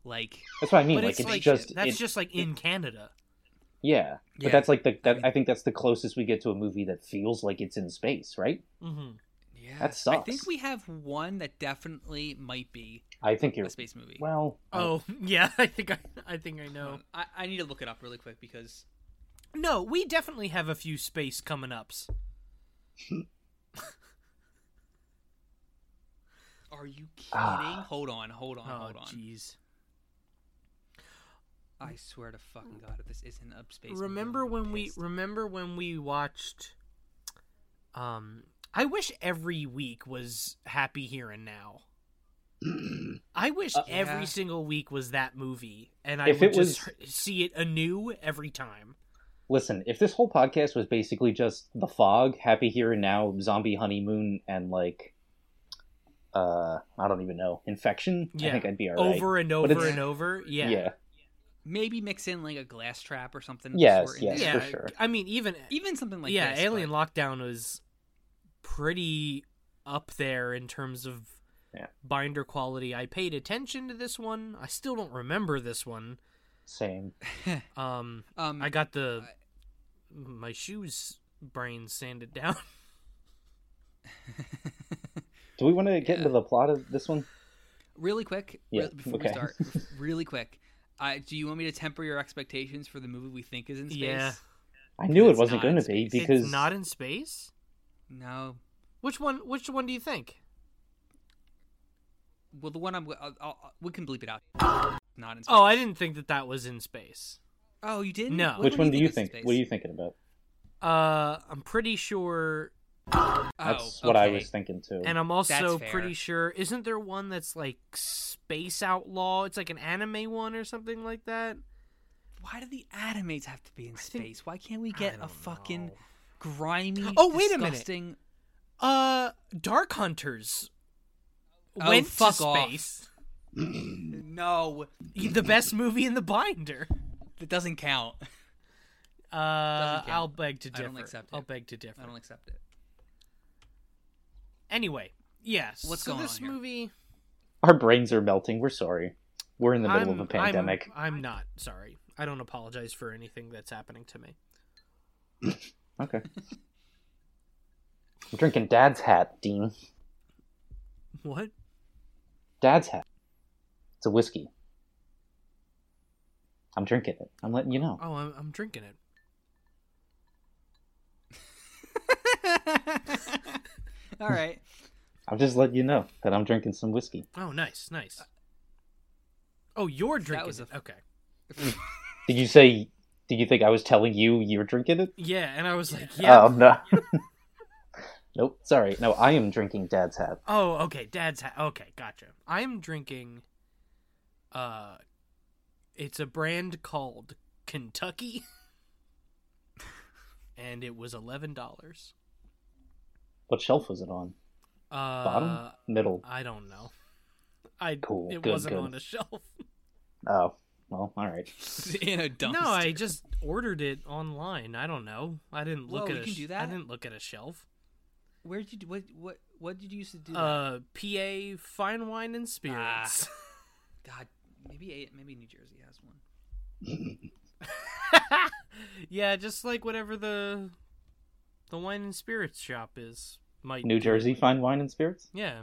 S3: like
S2: That's what I mean.
S1: but
S2: like
S1: it's,
S2: it's
S1: like
S2: just
S1: that's
S2: it-
S1: just like in Canada.
S2: yeah.
S3: Yeah.
S2: But that's like the that, I,
S3: mean-
S2: think that's the closest we get to a movie that feels like it's in space, right?
S1: hmm
S3: yeah.
S2: That
S3: I think
S2: sucks.
S3: we have one that definitely might be
S2: I think you're
S3: a space movie.
S2: well.
S1: Oh yeah, I think I, I think I know.
S3: Um, I, I need to look it up really quick because
S1: No, we definitely have a few space coming ups.
S3: are you kidding?
S2: Ah.
S3: Hold on, hold on,
S1: Oh
S3: hold on.
S1: jeez.
S3: I swear to fucking god, if this isn't a space. movie, I'm
S1: Remember
S3: gonna be
S1: when we
S3: pissed.
S1: remember when we watched? Um, I wish every week was Happy Here and Now. I wish every
S3: Yeah.
S1: single week was that movie, and I
S2: Uh, If
S1: would
S2: it
S1: just
S2: was-
S1: see it anew every time.
S2: Listen, if this whole podcast was basically just the fog, happy here and now, zombie honeymoon, and like, uh, I don't even know, infection. I think I'd be alright.
S1: over and
S2: But
S1: over
S2: it's-
S1: and over. Yeah.
S2: yeah,
S3: Maybe mix in like a glass trap or something. of the
S2: Yes,
S3: sort in
S2: yes,
S3: there.
S1: Yeah,
S2: for sure.
S1: I mean, even
S3: Even something like
S1: yeah,
S3: this,
S1: Alien
S3: but-
S1: Lockdown was pretty up there in terms of
S2: Yeah.
S1: binder quality. I paid attention to this one. I still don't remember this one.
S2: same.
S1: Um,
S3: Um,
S1: I got the my shoes brain sanded down.
S2: Do we want to get into the plot of this one?
S3: really quick
S2: Yeah,
S3: re- before we
S2: okay.
S3: start. Really quick. Uh, do you want me to temper your expectations for the movie we think is in space?
S1: Yeah.
S2: I knew it
S3: It's
S2: wasn't
S3: not
S2: going to
S3: in
S2: be
S3: space.
S2: because
S1: it's not in space.
S3: No.
S1: Which one? Which one do you think?
S3: Well, the one I'm. I'll, I'll, we can bleep it out. Not in space.
S1: Oh, I didn't think that that was in space.
S3: Oh, you didn't.
S1: No.
S3: What
S2: which one do you
S3: was in
S2: think?
S3: space?
S2: What are you thinking about?
S1: Uh, I'm pretty sure,
S3: Oh,
S2: That's what I
S3: okay.
S2: was thinking too.
S1: and um, I'm also
S3: That's fair.
S1: pretty sure. Isn't there one that's like Space Outlaw? It's like an anime one or something like that.
S3: Why do the animates have to be in
S1: think-
S3: space? Why can't we
S1: I
S3: get a
S1: don't
S3: fucking
S1: know.
S3: grimy?
S1: Oh, wait a minute.
S3: disgusting... minute.
S1: Uh, Dark Hunters
S3: Oh,
S1: went
S3: fuck
S1: to
S3: off.
S1: space.
S3: No,
S1: the best movie in the binder.
S3: that doesn't count.
S1: Uh,
S3: count.
S1: I'll beg to
S3: I
S1: differ.
S3: don't accept it.
S1: I'll beg to differ.
S3: I don't accept it.
S1: Anyway, yes.
S3: What's
S1: so
S3: going on
S1: this
S3: here?
S1: movie?
S2: Our brains are melting. We're sorry. We're in the middle
S1: I'm,
S2: of a pandemic.
S1: I'm, I'm not sorry. I don't apologize for anything that's happening to me.
S2: Okay. I'm drinking Dad's hat, Dean.
S1: What?
S2: Dad's hat. It's a whiskey. I'm drinking it. I'm letting you know.
S1: Oh, I'm, I'm drinking it.
S3: All right.
S2: I'm just letting you know that I'm drinking some whiskey.
S1: Oh, nice, nice. Oh, you're drinking
S3: was
S1: it.
S3: a-
S1: Okay.
S2: Did you say? Did you think I was telling you you're drinking it?
S1: Yeah, and I was like, yeah.
S2: Oh no. nope. Sorry. No, I am drinking Dad's hat.
S1: Oh, okay. Dad's hat. Okay, gotcha. I'm drinking. Uh, it's a brand called Kentucky, and it was eleven dollars.
S2: What shelf was it on?
S1: Uh,
S2: Bottom, middle.
S1: I don't know. I
S2: Cool,
S1: It
S2: good,
S1: wasn't
S2: good.
S1: on a shelf.
S2: Oh. Well. All right.
S3: In a dumpster.
S1: No, I just ordered it online. I don't know. I didn't look
S3: Whoa,
S1: at. a
S3: you can
S1: sh-
S3: do that?
S1: I didn't look at a shelf.
S3: Where did you what what what did you used to do? that?
S1: Uh, PA Fine Wine and Spirits.
S3: God, maybe eight, maybe New Jersey has one. Ah.
S1: yeah, just like whatever the the wine and spirits shop is. Might
S2: New
S1: do.
S2: Jersey fine wine and spirits.
S1: Yeah.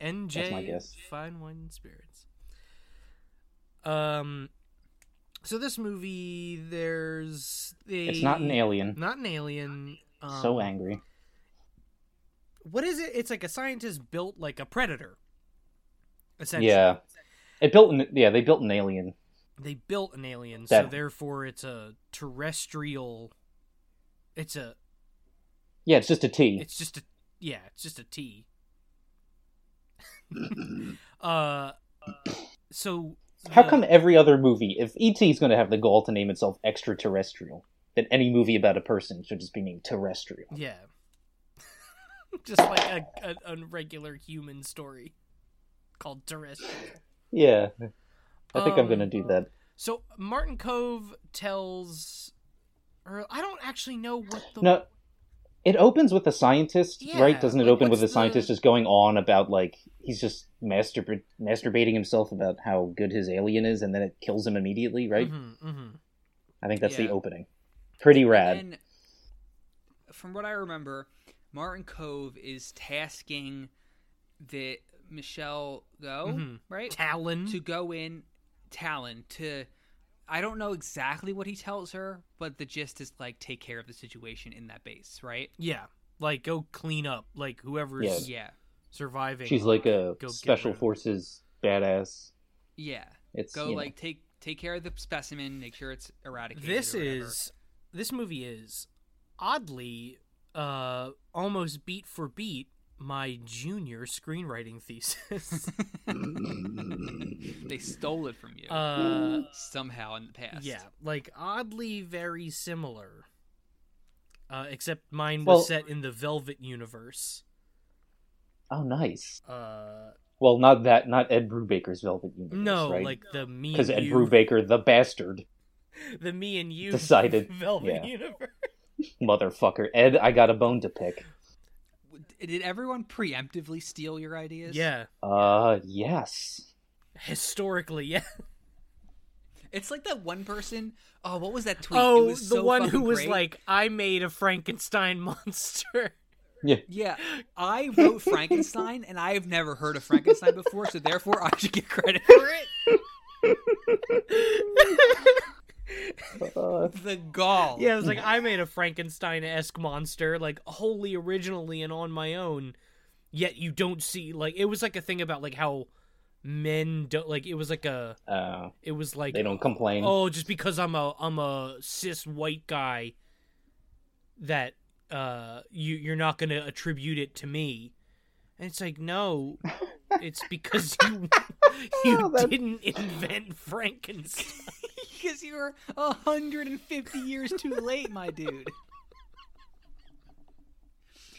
S1: NJ
S2: my guess.
S1: Fine Wine and Spirits. Um so this movie there's a
S2: It's not an alien.
S1: Not an alien. Um,
S2: so angry.
S1: What is it? It's like a scientist built like a predator. Essentially.
S2: Yeah. It built an yeah, they built an alien.
S1: They built an alien, so
S2: That-
S1: therefore it's a terrestrial it's a
S2: Yeah, it's just a T.
S1: It's just a yeah, it's just a T. uh, so
S2: How
S1: the-
S2: come every other movie, if ET is going to have the gall to name itself extraterrestrial, then any movie about a person should just be named terrestrial?
S1: Yeah, just like a, a, a regular human story called terrestrial.
S2: Yeah, I think I'm
S1: Um,
S2: going to do that.
S1: So Martin Cove tells, or I don't actually know what the
S2: No, it opens with a scientist,
S1: Yeah,
S2: right? Doesn't it
S1: like,
S2: open with a
S1: what's
S2: scientist
S1: the-
S2: just going on about like he's just masturbate masturbating himself about how good his alien is, and then it kills him immediately, right?
S1: Mhm, mhm.
S2: I think that's
S3: Yeah.
S2: the opening. Pretty rad.
S3: And from what I remember, Martin Cove is tasking the Michelle Go,
S1: Mhm.
S3: right?
S1: Talon.
S3: to go in Talon to I don't know exactly what he tells her, but the gist is like take care of the situation in that base, right?
S1: yeah, like go clean up, like whoever's
S2: Yeah.
S3: Yeah.
S1: surviving.
S2: She's like a
S1: get
S2: special
S1: rid of-
S2: forces badass.
S3: Yeah.
S2: It's
S3: Go
S2: you know,
S3: like take take care of the specimen, make sure it's eradicated.
S1: this
S3: or whatever.
S1: is this movie is oddly uh almost beat for beat my junior screenwriting thesis.
S3: They stole it from you
S1: uh,
S3: somehow in the past.
S1: yeah, like oddly very similar. Uh, except mine was
S2: Well-
S1: set in the Velvet universe.
S2: Oh, nice.
S1: Uh,
S2: Well, not that, not Ed Brubaker's Velvet Universe.
S1: no,
S2: right?
S1: like the me
S2: because
S1: and
S2: Ed
S1: you,
S2: Brubaker, the bastard
S1: the me and you
S2: decided-
S1: Velvet
S2: yeah.
S1: universe.
S2: motherfucker, Ed, I got a bone to pick.
S3: W- Did everyone preemptively steal your ideas?
S1: Yeah,
S2: Uh, yes.
S1: historically, yeah.
S3: It's like that one person. Oh, what was that tweet? It
S1: Oh, the
S3: was so
S1: one who
S3: fucking
S1: was
S3: great.
S1: like, "I made a Frankenstein monster."
S3: Yeah, I wrote Frankenstein, and I have never heard of Frankenstein before, so therefore I should get credit for it.
S2: Uh,
S3: The gall.
S1: Yeah, it was like I made a Frankenstein esque monster, like wholly originally and on my own. Yet you don't see like it was like a thing about like how men don't like it was like a
S2: uh,
S1: it was like
S2: they don't complain.
S1: oh just because I'm a I'm a cis white guy that uh you you're not gonna attribute it to me. And it's like no, it's because you you didn't invent Frankenstein.
S3: because you're 150 years too late, my dude.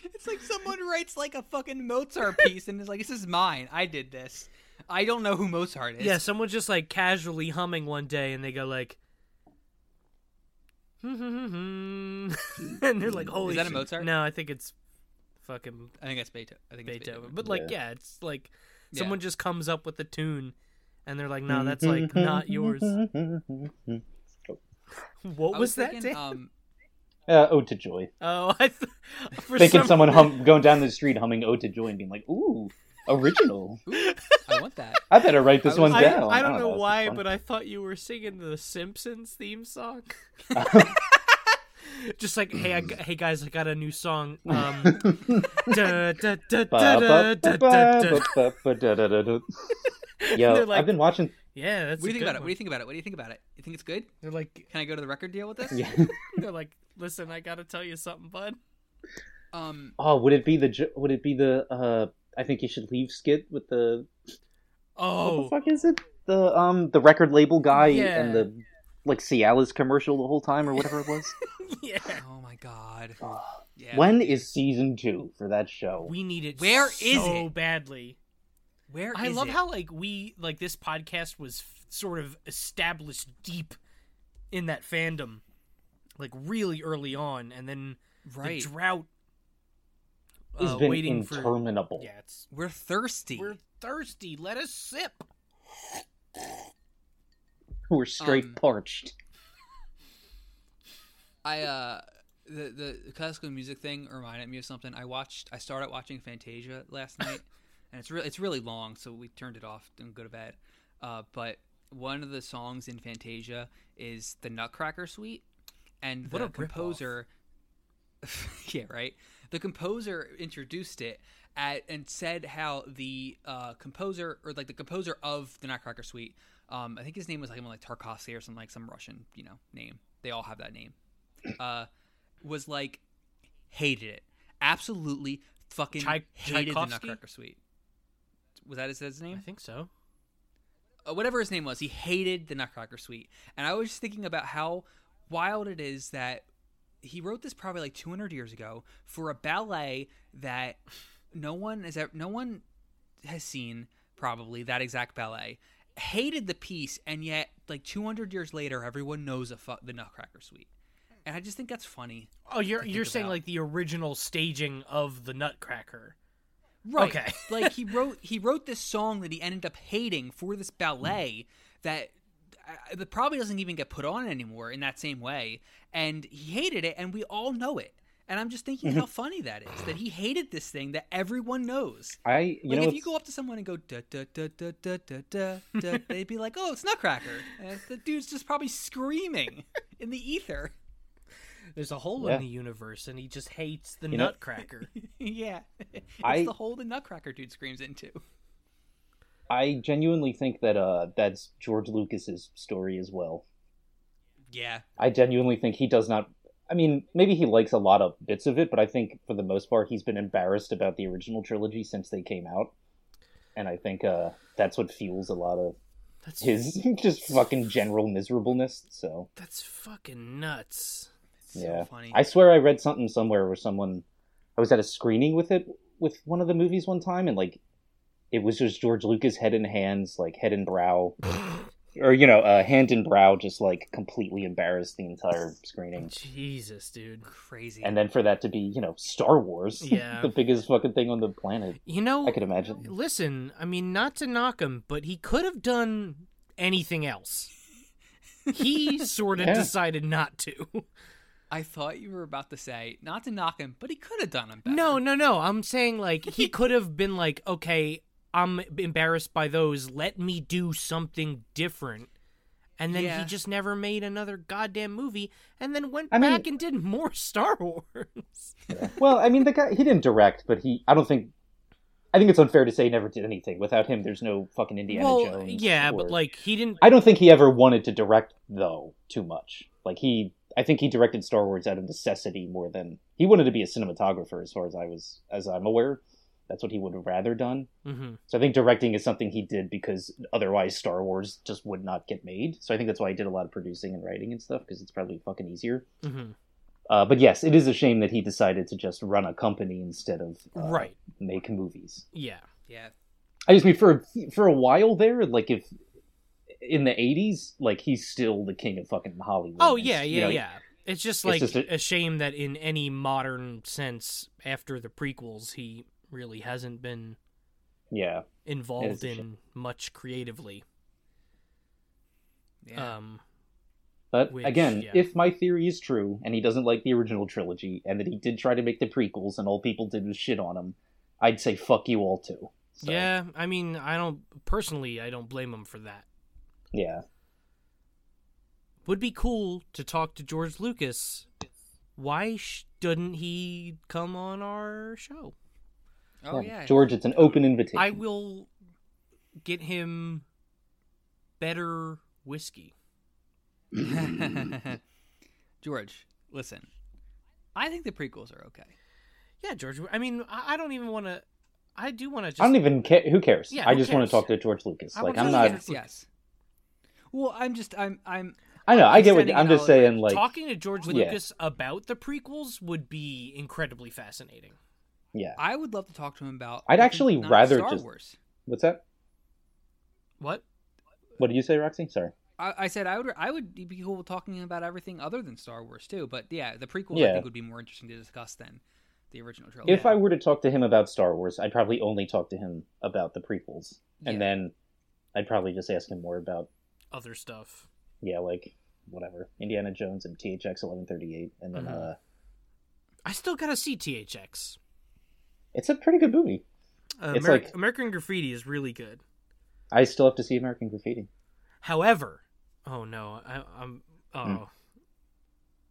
S3: It's like someone writes like a fucking Mozart piece and is like, "This is mine. I did this. I don't know who Mozart is."
S1: Yeah, someone's just like casually humming one day and they go like "Hmm, and they're like, holy
S3: that a
S1: shit.
S3: Mozart?
S1: No, I think it's fucking
S3: I think that's Beethoven. I think it's
S1: Beethoven. But like, yeah, it's like
S3: Yeah.
S1: someone just comes up with a tune and they're like, no,
S2: Mm-hmm.
S1: that's like not yours. What
S3: I
S1: was, that?
S3: thinking, uh,
S1: Dan?
S3: Um,
S2: Uh, Ode to Joy.
S1: oh, I th- for
S2: Thinking
S1: some-
S2: someone hum- going down the street humming Ode to Joy and being like, ooh, original.
S3: I want that.
S2: I better write this
S3: I
S2: one
S3: was-
S1: I,
S2: down.
S1: I don't know
S2: this is
S1: why,
S2: fun.
S1: but I thought you were singing the Simpsons theme song. Just like, hey, I, g- hey guys, I got a new song. Um, da, da, da, da, da, da, da, da.
S2: Ba-ba-ba-ba-ba-da-da-da-da.
S1: They're
S2: Yo,
S1: like-
S2: I've been watching.
S1: Yeah, that's
S3: What do you
S1: a
S3: think
S1: good
S3: about it?
S1: one.
S3: What do you think about it? What do you think about it? You think it's good?
S1: They're like,
S3: Can I go to the record deal with this?
S2: Yeah.
S1: they're like, listen, I gotta tell you something, bud.
S3: Um,
S2: Oh, would it be the? jo- Would it be the? uh I think you should leave skit with the
S1: Oh,
S2: fuck is it? The um the record label guy
S1: Yeah.
S2: and the like Cialis commercial the whole time or whatever it was.
S1: yeah.
S3: oh my god. Yeah.
S2: when is season two for that show?
S1: We need it.
S3: Where
S1: Where
S3: is
S1: is so
S3: it?
S1: badly.
S3: Where
S1: I
S3: is
S1: love
S3: it?
S1: how like we like this podcast was f- sort of established deep in that fandom, like really early on, and then
S3: right.
S1: the drought
S2: It's
S1: uh,
S2: been
S1: waiting for
S2: interminable.
S1: yeah, it's
S3: We're thirsty. Um,
S1: we're thirsty. Let us sip.
S2: We're straight
S3: Um,
S2: parched.
S3: I uh the the classical music thing reminded me of something. I watched I started watching Fantasia last night and it's really it's really long, so we turned it off and go to bed. Uh but one of the songs in Fantasia is the Nutcracker Suite and
S1: What
S3: the
S1: a ripoff.
S3: composer yeah, right. The composer introduced it at, and said how the uh, composer or like the composer of the Nutcracker Suite, um, I think his name was like, like Tarkovsky or something like some Russian, you know, name. They all have that name. Uh, was like hated it, absolutely fucking
S1: Chai-
S3: hated the
S1: Tchaikovsky?
S3: Nutcracker Suite. Was that his, his
S1: I
S3: name?
S1: think so.
S3: uh, whatever his name was, he hated the Nutcracker Suite. And I was just thinking about how wild it is that he wrote this probably like 200 years ago for a ballet that no one is ever, no one has seen probably that exact ballet. Hated the piece, and yet like 200 years later, everyone knows a fu- the Nutcracker Suite. And I just think that's funny.
S1: Oh, you're
S3: think
S1: you're saying
S3: about-
S1: like the original staging of the Nutcracker.
S3: Right.
S1: Okay.
S3: like he wrote he wrote this song that he ended up hating for this ballet that uh, that probably doesn't even get put on anymore in that same way and he hated it and we all know it. And I'm just thinking
S2: Mm-hmm.
S3: how funny that is that he hated this thing that everyone knows.
S2: I you
S3: like
S2: know
S3: if you
S2: it's-
S3: go up to someone and go da da da da da da da, da they'd be like, "Oh, it's Nutcracker." And the dude's just probably screaming in the ether.
S1: There's a hole
S2: Yeah.
S1: in the universe, and he just hates the
S2: You know-
S1: Nutcracker.
S3: yeah, it's
S2: I-
S3: the hole the Nutcracker dude screams into.
S2: I genuinely think that uh that's George Lucas's story as well.
S3: Yeah,
S2: I genuinely think he does not I mean, maybe he likes a lot of bits of it, but I think for the most part, he's been embarrassed about the original trilogy since they came out, and I think uh, that's what fuels a lot of
S1: That's
S2: his just fucking general miserableness. So
S1: that's fucking nuts.
S3: So
S2: yeah,
S3: funny.
S2: I swear I read something somewhere where someone I was at a screening with it with one of the movies one time, and like it was just George Lucas head and hands, like head and brow, or you know, uh, hand and brow, just like completely embarrassed the entire screening.
S1: Jesus, dude.
S3: Crazy.
S2: And then for that to be, you know, Star Wars,
S1: Yeah.
S2: the biggest fucking thing on the planet,
S1: You know,
S2: I could imagine.
S1: listen, I mean, not to knock him, but he could have done anything else. He sort of
S2: Yeah.
S1: decided not to.
S3: I thought you were about to say not to knock him, but he could have done him better.
S1: No, no, no. I'm saying like he could have been like, okay, I'm embarrassed by those. Let me do something different. And then
S3: Yeah.
S1: he just never made another goddamn movie, and then went
S2: I mean-
S1: back and did more Star Wars.
S2: Well, I mean, the guy he didn't direct, but he, I don't think, I think it's unfair to say he never did anything. Without him, there's no fucking Indiana
S1: well,
S2: Jones.
S1: yeah, but
S2: or-
S1: like he didn't.
S2: I don't think he ever wanted to direct though too much. Like he, I think he directed Star Wars out of necessity more than he wanted to be a cinematographer, as far as I was, as I'm aware. That's what he would have rather done.
S1: Mhm.
S2: So I think directing is something he did because otherwise Star Wars just would not get made. So I think that's why he did a lot of producing and writing and stuff because it's probably fucking easier.
S1: Mhm.
S2: Uh, but yes, it is a shame that he decided to just run a company instead of uh,
S1: Right.
S2: make movies.
S1: Yeah.
S3: Yeah.
S2: I just mean for for a while there, like if in the eighties, like he's still the king of fucking Hollywood.
S1: Oh yeah,
S2: You
S1: yeah,
S2: know,
S1: yeah. It's just like
S2: just a-
S1: a... shame that in any modern sense, after the prequels, he really hasn't been
S2: yeah.
S1: involved
S2: a
S1: in much creatively.
S3: Yeah.
S1: Um,
S2: But
S1: Which,
S2: again,
S1: yeah.
S2: if my theory is true, and he doesn't like the original trilogy, and that he did try to make the prequels, and all people did was shit on him, I'd say fuck you all too. So,
S1: Yeah, I mean, I don't personally, I don't blame him for that.
S2: yeah.
S1: Would be cool to talk to George Lucas. Why sh- didn't he come on our show?
S3: oh
S2: Yeah.
S3: yeah.
S2: George, it's an open invitation.
S1: I will get him better whiskey.
S3: George, listen. I think the prequels are okay.
S1: Yeah, George. I mean, I I don't even want to. I do want to just.
S2: I don't even care. Who cares?
S1: Yeah,
S2: I
S1: who
S2: just want
S1: cares?
S2: to talk to George Lucas.
S1: I
S2: like
S1: wanna
S2: I'm
S1: talk
S2: not.
S1: to
S3: yes, yes. Well, I'm just I'm I'm
S2: I know. I get what
S3: Extending
S2: I'm
S3: an
S2: just
S3: olive
S2: saying. Like
S1: Talking to George
S2: Yeah.
S1: Lucas about the prequels would be incredibly fascinating.
S2: yeah.
S3: I would love to talk to him about
S2: I'd
S3: not-
S2: actually
S3: not
S2: rather
S3: Star
S2: just-
S3: Wars.
S2: What's that?
S1: What?
S2: What did you say, Roxy? Sorry.
S3: I, I said I would I would be cool with talking about everything other than Star Wars too, but yeah, the prequels I
S2: Yeah.
S3: think would be more interesting to discuss than the original trilogy.
S2: If I were to talk to him about Star Wars, I'd probably only talk to him about the prequels, and
S3: Yeah.
S2: then I'd probably just ask him more about
S1: Other stuff.
S2: yeah, like whatever Indiana Jones and THX eleven thirty eight, and then
S1: Mhm.
S2: uh,
S1: I still gotta see THX.
S2: it's a pretty good movie.
S1: Uh,
S2: It's
S1: Ameri-
S2: like-
S1: American Graffiti is really good.
S2: I still have to see American Graffiti.
S1: However, oh no, I, I'm oh,
S2: Hmm.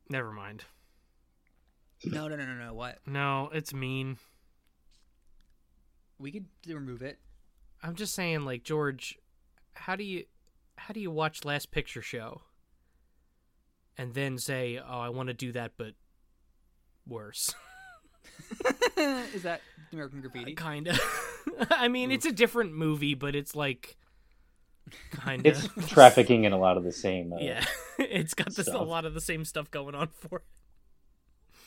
S1: never mind.
S3: No, no, no, no, no. What?
S1: No, it's mean.
S3: We could remove it.
S1: I'm just saying, like George, how do you how do you watch Last Picture Show and then say, oh, I want to do that, but worse,
S3: Is that American Graffiti?
S1: kind of. I mean, it's a different movie, but it's like kind
S2: It's
S1: of
S2: trafficking in a lot of the same. Uh,
S1: Yeah, it's got this, a
S2: Stuff.
S1: lot of the same stuff going on for it.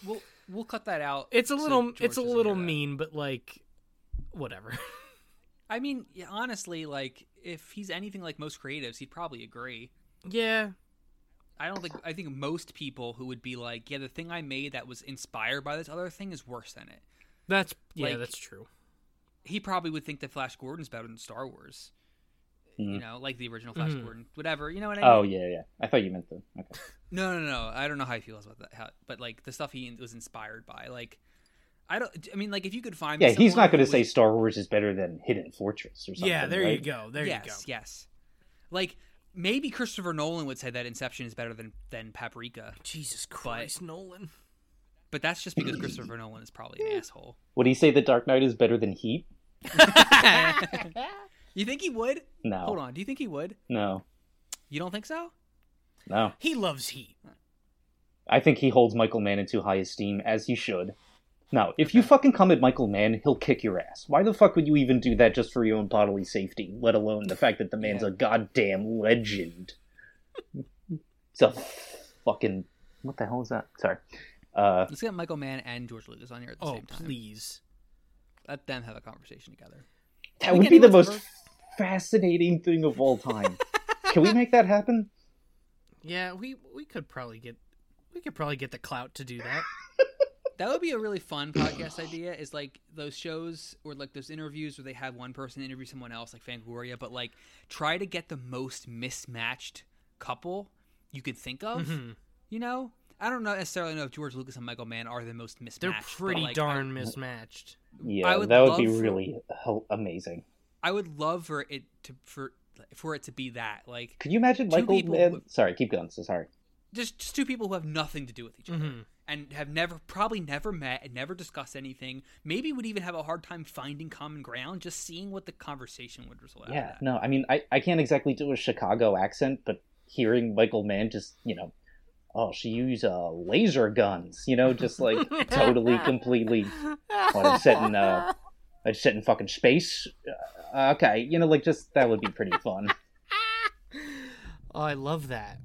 S3: We'll we'll cut that out.
S1: It's a
S3: so
S1: little
S3: George
S1: it's a
S3: doesn't
S1: little
S3: hear that.
S1: mean, but like whatever.
S3: I mean, yeah, honestly, like if he's anything like most creatives, he'd probably agree.
S1: yeah.
S3: I don't think I think most people who would be like, yeah, the thing I made that was inspired by this other thing is worse than it.
S1: That's yeah,
S3: Like-
S1: that's true.
S3: He probably would think that Flash Gordon's better than Star Wars. You
S2: Mm.
S3: know, like the original Flash
S1: Mhm.
S3: Gordon, whatever. You know what I mean?
S2: Oh yeah, yeah. I thought you meant the. Okay.
S3: No, no, no. I don't know how he feels about that. How, but like the stuff he was inspired by, like I don't. I mean, like if you could find, me
S2: Yeah, he's
S3: someone
S2: not going
S3: who
S2: to say
S3: was-
S2: Star Wars is better than Hidden Fortress or something.
S1: Yeah, there you
S2: right?
S1: go. There
S3: yes,
S1: you go.
S3: yes. Like maybe Christopher Nolan would say that Inception is better than than Paprika,
S1: Jesus Christ, Nolan.
S3: but that's just because Christopher Nolan is probably an asshole.
S2: Would he say The Dark Knight is better than Heat?
S3: You think he would?
S2: No.
S3: Hold on. Do you think he would?
S2: No.
S3: You don't think so?
S2: No.
S1: He loves heat.
S2: I think he holds Michael Mann in too high esteem, as he should. Now, if you fucking come at Michael Mann, he'll kick your ass. Why the fuck would you even do that just for your own bodily safety, let alone the fact that the man's a goddamn legend? it's a fucking. What the hell is that? Sorry. Uh,
S3: Let's get Michael Mann and George Lucas on here at the
S1: Oh,
S3: same time.
S1: please.
S3: Let them have a conversation together.
S2: that
S3: We
S2: would
S3: can
S2: be
S3: do
S2: the
S3: what's
S2: most fascinating thing of all time. Can we make that happen?
S1: Yeah, we we could probably get we could probably get the clout to do that.
S3: That would be a really fun podcast idea. Is like those shows or like those interviews where they have one person interview someone else, like Fangoria, but like try to get the most mismatched couple you could think of.
S1: Mhm.
S3: You know, I don't know necessarily know if George Lucas and Michael Mann are the most mismatched.
S1: They're
S3: but,
S1: pretty
S3: like,
S1: darn mismatched.
S2: Yeah,
S3: I would
S2: that would be
S3: love for-
S2: really hel- amazing.
S3: I, I would love for it to for for it to be that like
S2: Could you imagine
S3: Two
S2: Michael
S3: people
S2: Mann?
S3: with-
S2: Sorry, keep going. So sorry.
S3: just just two people who have nothing to do with each other.
S1: Mhm.
S3: and have never probably never met and never discussed anything maybe would even have a hard time finding common ground just seeing what the conversation would result out of
S2: Yeah,
S3: that.
S2: no, I mean, I, I can't exactly do a Chicago accent, but hearing Michael Mann just, you know, oh, she used uh, laser guns, you know, just like totally, completely. What I'm setting, uh, I'm setting fucking space. Uh, okay, you know, like just that would be pretty fun.
S1: Oh, I love that.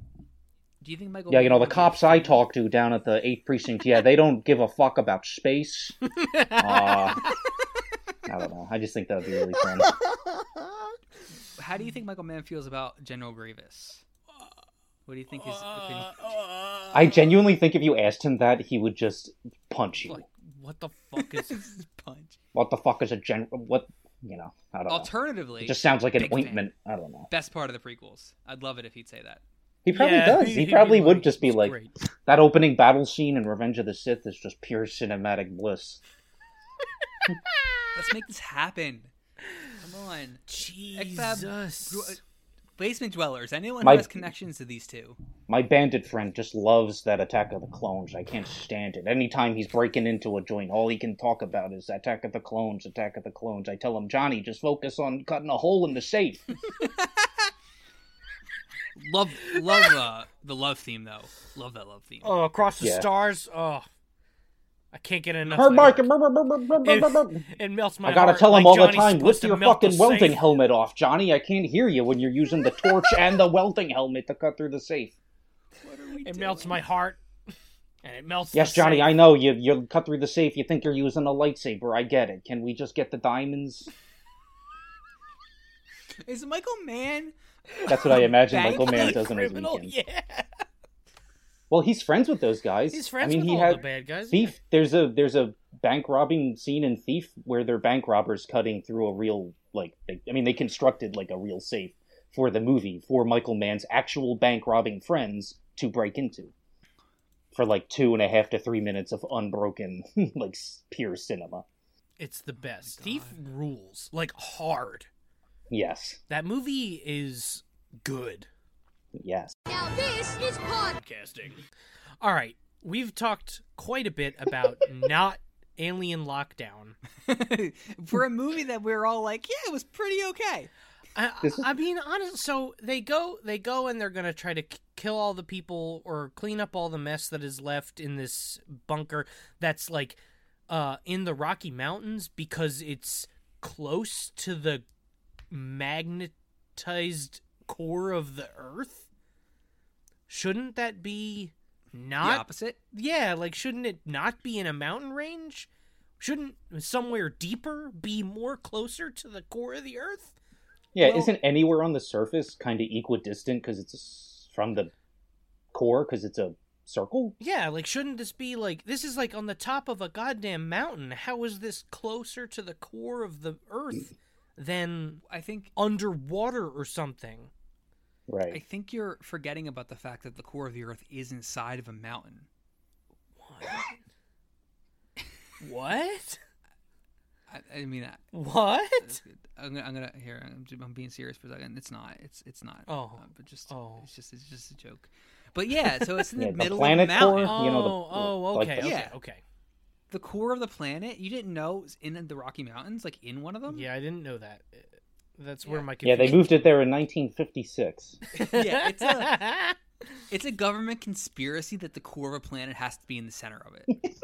S3: do you think michael
S2: yeah, you know,
S3: Mann
S2: the
S3: would be
S2: cops I
S3: offended?
S2: talk to down at the Eighth Precinct, yeah, they don't give a fuck about space. Uh, I don't know. I just think that would be really fun.
S3: how do you think michael mann feels about general grievous what do you think his
S1: Uh,
S3: opinion
S2: I genuinely think if you asked him that, he would just punch you.
S1: Like, what the fuck is
S3: is punch
S2: what the fuck is a general what you know i don't know
S3: alternatively
S2: it Uh, just sounds like an
S3: big fan.
S2: ointment i don't know
S3: best part of the prequels i'd love it if he'd say that
S2: he probably
S1: Yeah,
S2: does he,
S1: he'd be
S2: probably would
S1: like,
S2: just be
S1: "It's
S2: like
S1: great."
S2: that opening battle scene in revenge of the sith is just pure cinematic bliss
S3: let's make this happen come on uh,
S1: Jesus.
S3: basement dwellers anyone
S2: My-
S3: who has connections to these two
S2: my bandit friend just loves that attack of the clones i can't stand it anytime he's breaking into a joint all he can talk about is attack of the clones attack of the clones i tell him johnny just focus on cutting a hole in the safe
S3: love love uh, the love theme though love that love theme
S1: Oh, across the
S2: Yeah.
S1: stars. Oh, I can't get enough.
S2: Her
S1: of that.
S2: mark- brr, brr, brr, brr, brr,
S1: It,
S2: brr, brr.
S1: it melts my
S2: I gotta
S1: heart
S2: tell him
S1: like
S2: all
S1: Johnny's
S2: the time,
S1: supposed
S2: lift
S1: to
S2: your
S1: melt the
S2: fucking welding
S1: safe.
S2: helmet off, Johnny. I can't hear you when you're using the torch and the welding helmet to cut through the safe.
S1: It melts my heart, and it melts.
S2: Yes,
S1: the
S2: Johnny,
S1: safe.
S2: I know you. You cut through the safe. You think you're using a lightsaber. I get it. Can we just get the diamonds?
S3: Is Michael Mann?
S2: That's what I imagine
S3: Bank
S2: Michael Mann
S1: Like
S2: does on his
S1: criminal,
S2: weekends.
S1: Oh, Yeah,
S2: Well, he's friends with those guys.
S1: he's friends
S2: I mean,
S1: with
S2: he
S1: all
S2: had
S1: the bad guys.
S2: Thief. There's a there's a bank robbing scene in Thief where they're bank robbers cutting through a real like. They, I mean, they constructed like a real safe for the movie for Michael Mann's actual bank robbing friends to break into for like two and a half to three minutes of unbroken like s- pure cinema.
S1: It's the
S2: Oh
S1: best. Thief rules like hard.
S2: Yes,
S1: That movie is good.
S2: yes.
S7: Now this is pod.
S1: Casting. All right, we've talked quite a bit about not Alien Lockdown.
S3: For a movie that we're all like, yeah, it was pretty okay.
S1: I, I mean, honest. So they go, they go, and they're gonna try to k- kill all the people or clean up all the mess that is left in this bunker that's like uh, in the Rocky Mountains because it's close to the magnetized core of the Earth. Shouldn't that be
S3: the
S1: not?
S3: opposite.
S1: Yeah, like shouldn't it not be in a mountain range? Shouldn't somewhere deeper be more closer to the core of the Earth?
S2: Yeah,
S1: Well-
S2: isn't anywhere on the surface kind of equidistant because it's s- from the core because it's a circle?
S1: Yeah, like shouldn't this be like this is like on the top of a goddamn mountain. How is this closer to the core of the earth than
S3: I think.
S1: underwater or something?
S2: Right.
S3: I think you're forgetting about the fact that the core of the Earth is inside of a mountain.
S1: What?
S3: I, I mean, I,
S1: What?
S3: I'm gonna, I'm gonna here. I'm, j- I'm being serious for a second. It's not. It's it's not.
S1: Oh.
S3: Uh, but just
S1: Oh.
S3: it's just it's just a joke. But yeah, so it's in the
S2: Yeah, the
S3: middle of a
S2: planet core?
S3: mountain.
S1: Oh,
S2: You know, the-
S1: oh,
S2: like
S1: okay,
S2: the-
S1: okay,
S3: Yeah.
S1: okay.
S3: The core of the planet. You didn't know it was in the Rocky Mountains, like in one of them.
S1: Yeah, I didn't know that. Uh, That's where my
S2: yeah, they
S1: confusion-
S2: moved it there in 1956.
S3: yeah. It's a, It's a government conspiracy that the core of a planet has to be in the center of it.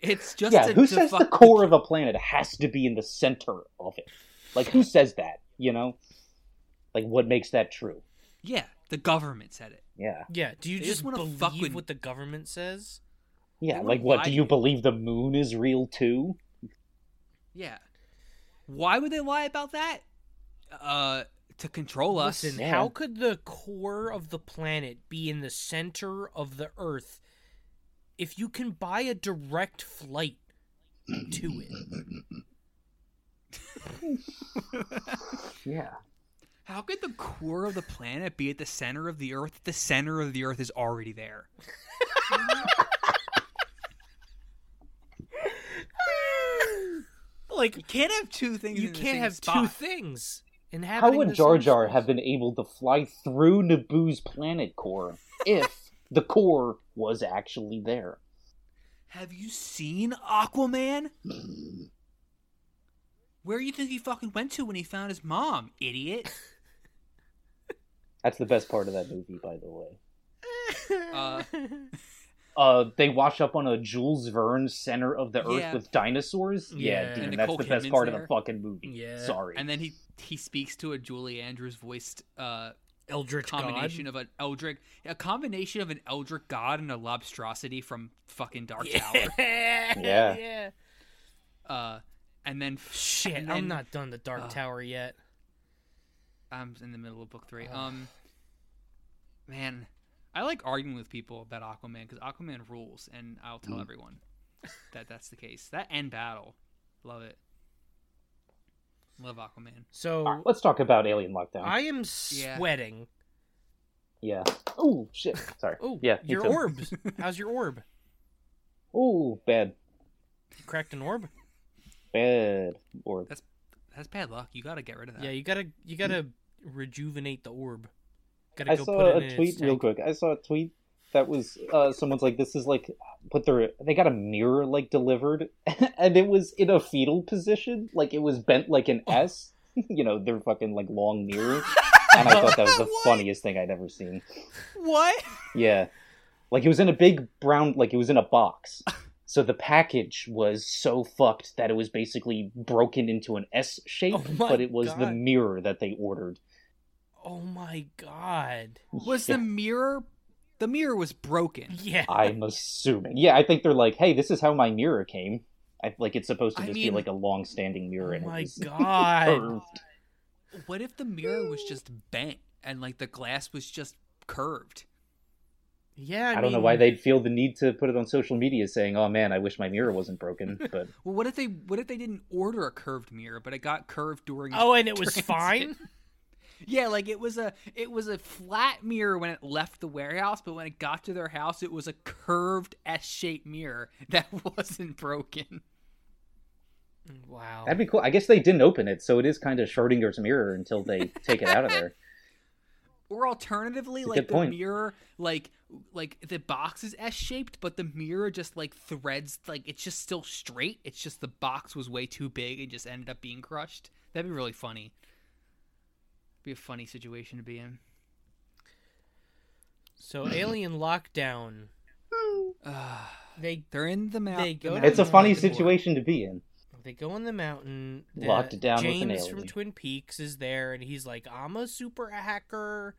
S3: it's just
S2: yeah,
S3: to-
S2: who
S3: to
S2: says the
S3: fuck
S2: core of a planet has to be in the center of it? Like, who says that? You know, like what makes that true?
S3: yeah the government said it.
S2: Yeah,
S1: Yeah, do you
S3: They
S1: just,
S3: just wanna
S1: believe
S3: fuck with-
S1: what the government says?
S2: yeah.
S3: wanna
S2: Like, what
S3: lie
S2: do
S3: to
S2: you
S3: you.
S2: believe the moon is real too?
S3: Yeah, why would they lie about that? Uh, to control us.
S1: Listen,
S2: Yeah.
S1: how could the core of the planet be in the center of the Earth if you can buy a direct flight
S3: Mm-hmm.
S1: to it?
S2: Yeah,
S3: How could the core of the planet be at the center of the Earth? The center of the Earth is already there.
S1: Like
S3: You can't have two things.
S1: you
S3: in the
S1: can't
S3: same
S1: have two
S3: spot.
S1: things. And
S2: how would Jar Jar have been able to fly through Naboo's planet core if the core was actually there?
S3: Have you seen Aquaman? Where do you think he fucking went to when he found his mom, idiot?
S2: That's the best part of that movie, by the way.
S3: Uh,
S2: Uh, they wash up on a Jules Verne center of the Earth
S3: Yeah.
S2: with dinosaurs. Yeah,
S1: Yeah.
S2: dude,
S1: And
S2: that's
S3: Nicole
S2: the best
S3: Kidman's
S2: part of
S3: there.
S2: the fucking movie.
S1: Yeah.
S2: sorry.
S3: and then he he speaks to a Julie Andrews voiced uh,
S1: Eldritch
S3: combination of an Eldrick, a combination of an Eldrick god and a lobstrosity from fucking Dark Tower.
S1: God? yeah.
S2: Yeah.
S3: Uh, and then
S1: Shit,
S3: and
S1: I'm
S3: then-
S1: not done the Dark
S3: Uh,
S1: Tower yet.
S3: I'm in the middle of book three.
S1: Ugh.
S3: Um, man, I like arguing with people about Aquaman because Aquaman rules, and I'll tell
S1: Mm.
S3: everyone that that's the case. That and Battle, love it. Love Aquaman.
S1: So
S2: All right, let's talk about Alien Lockdown.
S1: I am
S3: Yeah.
S1: sweating.
S2: Yeah. Oh shit. Sorry.
S1: Oh,
S2: yeah. me
S1: your
S2: too.
S1: orbs. How's your orb?
S2: Oh, bad,
S1: You cracked an orb?
S2: bad orb.
S3: That's that's bad luck. You got to get rid of that.
S1: Yeah, you gotta you gotta rejuvenate the orb. Gotta
S2: I
S1: go
S2: saw
S1: put it
S2: a
S1: in
S2: tweet
S1: its
S2: real
S1: tank.
S2: quick. I saw a tweet that was uh, someone's like, "This is like put their they got a mirror like delivered, and it was in a fetal position, like it was bent like an S. You know, their fucking like long mirror." And I thought that was the
S3: What?
S2: funniest thing I'd ever seen.
S3: What?
S2: Yeah, like it was in a big brown, like it was in a box. So the package was so fucked that it was basically broken into an S shape,
S1: Oh my
S2: but it was the
S1: God.
S2: mirror that they ordered.
S1: Oh my god.
S3: Was the mirror? The mirror was broken.
S1: Yeah.
S2: I'm assuming. Yeah, I think they're like, hey, this is how my mirror came. I, like it's supposed to
S3: I
S2: just be
S3: mean-
S2: like a long-standing mirror.
S1: Oh
S2: and it
S1: my
S2: was
S1: god.
S2: curved.
S3: What if the mirror was just bent and like the glass was just curved?
S1: yeah, I,
S2: I, don't know
S1: mean,
S2: why they'd feel the need to put it on social media, saying, "Oh man, I wish my mirror wasn't broken." But
S3: Well, what if they what if they didn't order a curved mirror, but it got curved during?
S1: Oh, and it was
S3: transit?
S1: fine?
S3: Yeah, like it was a it was a flat mirror when it left the warehouse, but when it got to their house, it was a curved S-shaped mirror that wasn't broken.
S1: Wow.
S2: that'd be cool. I guess they didn't open it, so it is kind of Schrodinger's mirror until they take it out of there.
S3: Or alternatively,
S2: It's a
S3: like
S2: good
S3: the
S2: point.
S3: mirror, like like the box is S-shaped, but the mirror just like threads, like it's just still straight. It's just the box was way too big and just ended up being crushed. That'd be really funny. Be a funny situation to be in.
S1: So alien lockdown. They
S3: They're in the mountain.
S1: They go to
S2: It's a
S1: Locked
S2: funny
S1: and boarded.
S2: situation to be in.
S1: They go on the mountain. The-
S2: Locked it down with an
S1: James from
S2: alien.
S1: Twin Peaks is there, and he's like, "I'm a super hacker.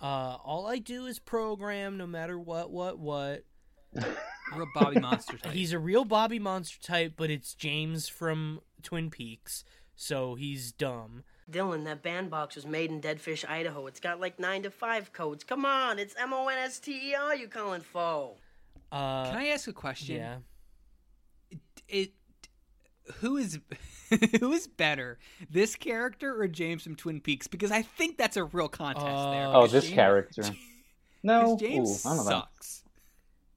S1: Uh, all I do is program, no matter what, what, what."
S3: Real Bobby Monster type.
S1: He's a real Bobby Monster type, but it's James from Twin Peaks, so he's dumb.
S8: Dylan, that bandbox was made in Deadfish, Idaho. It's got like nine to five codes. Come on, it's M O N S T E R you calling fo.
S1: Uh,
S3: Can I ask a question?
S1: yeah.
S3: it who is who is better this character or james from twin peaks because i think that's a real contest there
S1: Uh,
S2: Oh,
S3: because
S2: this
S3: James-
S2: character. No,
S3: because james
S2: Ooh, I don't know.
S3: sucks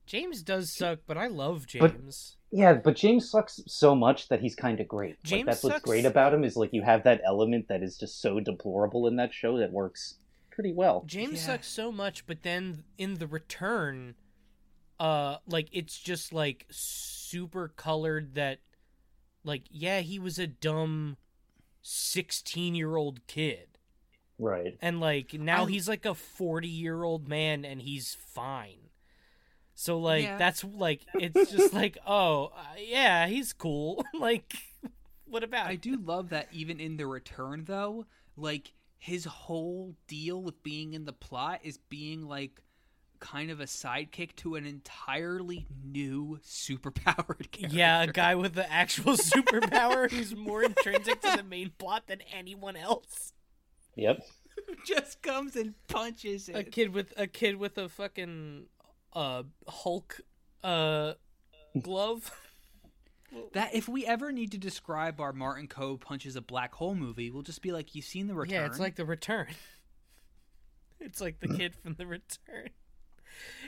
S1: James does suck, but I love
S2: But-
S1: James.
S2: Yeah, but James sucks so much that he's kind of great.
S1: James
S2: like, that's
S1: sucks-
S2: what's great about him is like you have that element that is just so deplorable in that show that works pretty well.
S1: James
S3: Yeah.
S1: sucks so much, but then in the return, uh, like it's just like super colored that, like, yeah, he was a dumb sixteen-year-old kid,
S2: Right.
S1: and like now
S3: I-
S1: he's like a 40 year old man and he's fine so like
S3: Yeah.
S1: that's like it's just like oh uh, yeah he's cool like what about
S3: I
S1: it?
S3: do love that even in the return though, like his whole deal with being in the plot is being like kind of a sidekick to an entirely new superpowered character.
S1: yeah a guy with the actual superpower who's more intrinsic to the main plot than anyone else
S2: Yep.
S3: just comes and punches
S1: a
S3: it.
S1: kid with a kid with a fucking uh hulk uh glove
S3: That if we ever need to describe our Martin Coe punches a black hole movie, we'll just be like, "You've seen the return."
S1: Yeah, it's like the return. it's like the kid from the return.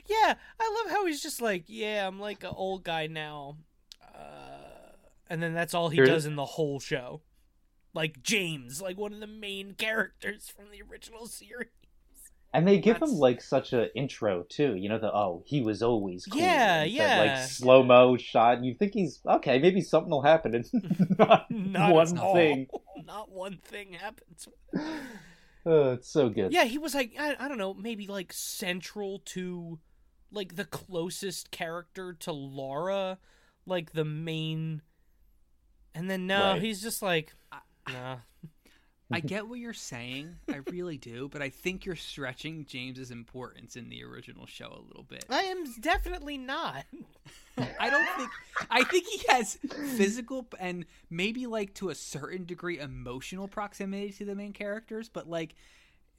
S1: Yeah, I love how he's just like, yeah, I'm like an old guy now. Uh, and then that's all he
S2: Here-
S1: does in the whole show. Like James, like one of the main characters from the original series.
S2: And they give him
S1: That's-
S2: like such a intro too, you know, the oh, he was always cool.
S1: Yeah,
S2: It's that,
S1: yeah.
S2: like slow mo shot. You think he's okay, maybe something will happen and not,
S1: Not
S2: one
S1: at all.
S2: thing.
S1: Not one thing happens.
S2: Oh, it's so good.
S1: Yeah, he was like I, I don't know, maybe like central to like the closest character to Laura, like the main and then no,
S2: Right.
S1: he's just like nah.
S3: I get what you're saying, I really do, but I think you're stretching James's importance in the original show a little bit.
S1: I am definitely not.
S3: I don't think. I think he has physical and maybe like to a certain degree emotional proximity to the main characters, but like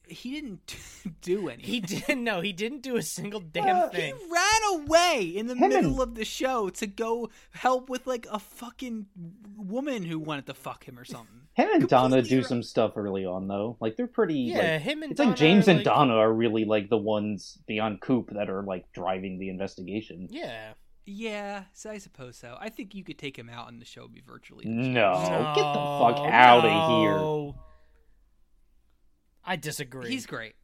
S3: he didn't do anything.
S1: He didn't no, he didn't do a single damn
S3: He
S1: thing.
S3: ran away in the
S2: Him
S3: middle
S2: and-
S3: of the show to go help with like a fucking woman who wanted to fuck him or something.
S2: Him and Donna
S3: Completely
S2: do
S3: ra-
S2: some stuff early on though. Like they're pretty
S1: Yeah,
S2: like,
S1: him and
S2: it's like
S1: Donna
S2: James
S1: are,
S2: and
S1: like-
S2: Donna are really like the ones beyond Coop that are like driving the investigation.
S1: Yeah.
S3: Yeah, so I suppose so. I think you could take him out and the show would be virtually.
S2: No, get the fuck
S1: No,
S2: out of
S1: no. I disagree.
S3: He's great.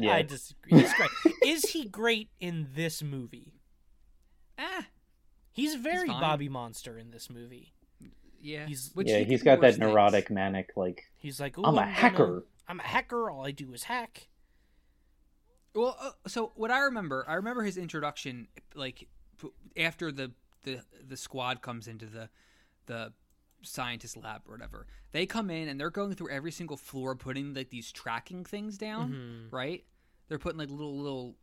S2: Yeah.
S1: I disagree. He's great. Is he great in this movie?
S3: Ah,
S1: He's very
S3: fine.
S1: Bobby Monster in this movie.
S3: yeah.
S1: He's-
S3: Which
S2: here.
S3: he
S2: Yeah,
S3: can
S2: he's
S3: do
S2: got
S3: worse
S2: that
S3: things.
S2: neurotic manic like
S1: He's like, Ooh,
S2: I'm a
S1: gonna-
S2: hacker.
S1: I'm a hacker. All I do is hack.
S3: Well, uh, so what I remember, I remember his introduction, like p- after the the the squad comes into the the scientist lab or whatever. They come in and they're going through every single floor, putting like these tracking things down, right? They're putting like little little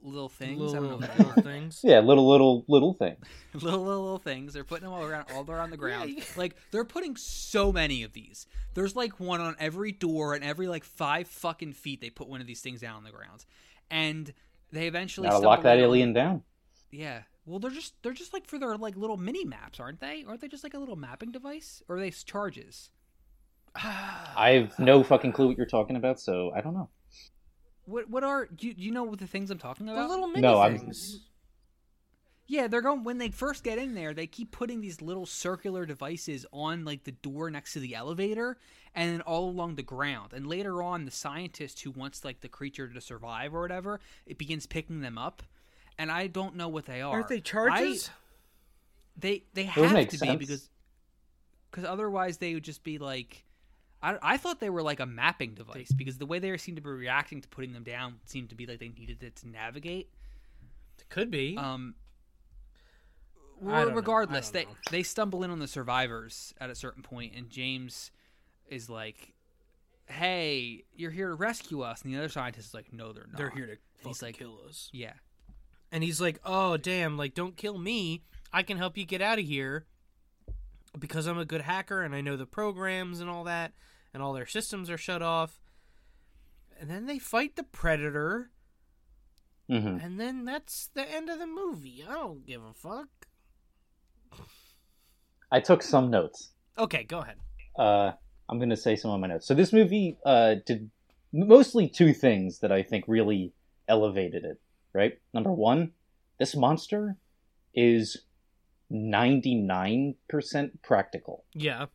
S3: little things. I don't know. what they are.
S1: things.
S2: yeah, little little little thing.
S3: little, little little things. They're putting them all around, all around the ground. Like they're putting so many of these. There's like one on every door and every like five fucking feet. They put one of these things down on the ground, and they eventually
S2: Gotta
S3: stumble
S2: lock that
S3: down-
S2: alien down.
S3: Yeah. Well, they're just they're just like for their like little mini maps, aren't they? Aren't they just like a little mapping device, or are they s- charges?
S2: I have no fucking clue what you're talking about, so I don't know.
S3: What what are do you, do you know what the things I'm talking
S1: The
S3: about?
S1: little mini
S2: No, I'm-
S1: things.
S3: Yeah, they're going when they first get in there, they keep putting these little circular devices on like the door next to the elevator and then all along the ground. And later on the scientist who wants like the creature to survive or whatever, it begins picking them up. And I don't know what they are.
S1: Aren't they
S3: I-
S1: charges?
S3: they they
S2: would
S3: have
S2: make
S3: to be
S2: sense.
S3: because because otherwise they would just be like I, I thought they were like a mapping device because the way they seemed to be reacting to putting them down seemed to be like they needed it to navigate
S1: Could be.
S3: um
S1: I don't know.
S3: well, regardless
S1: I
S3: they
S1: don't know.
S3: they stumble in on the survivors at a certain point and james is like hey you're here to rescue us and the other scientist is like no they're not
S1: They're here to
S3: he's
S1: fucking
S3: like-
S1: kill us.
S3: yeah
S1: And he's like, "Oh damn! Like, don't kill me. I can help you get out of here because I'm a good hacker and I know the programs and all that, and all their systems are shut off." And then they fight the predator,
S2: hmm
S1: and then that's the end of the movie. I don't give a fuck.
S2: I took some notes.
S1: Okay, go ahead.
S2: Uh, I'm gonna say some of my notes. So this movie uh, did mostly two things that I think really elevated it. Right, number one, this monster is 99% practical.
S1: Yeah.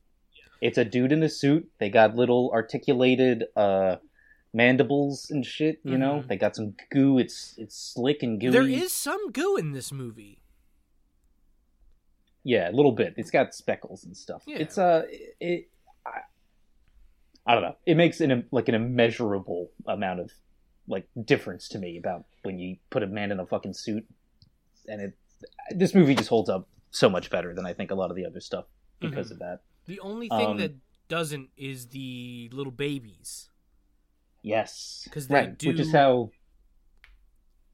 S2: It's a dude in a suit. They got little articulated uh, mandibles and shit. You know,
S1: Mhm.
S2: they got some goo. It's it's slick and gooey.
S1: There is some goo in this movie.
S2: Yeah, a little bit. It's got speckles and stuff.
S1: Yeah.
S2: It's uh, it. I, I don't know. It makes an like an immeasurable amount of like difference to me about when you put a man in a fucking suit, and it this movie just holds up so much better than I think a lot of the other stuff because
S1: Mm-hmm.
S2: of that.
S1: The only thing
S2: Um,
S1: that doesn't is the little babies.
S2: Yes,
S1: 'Cause they
S2: right, which
S1: do
S2: is how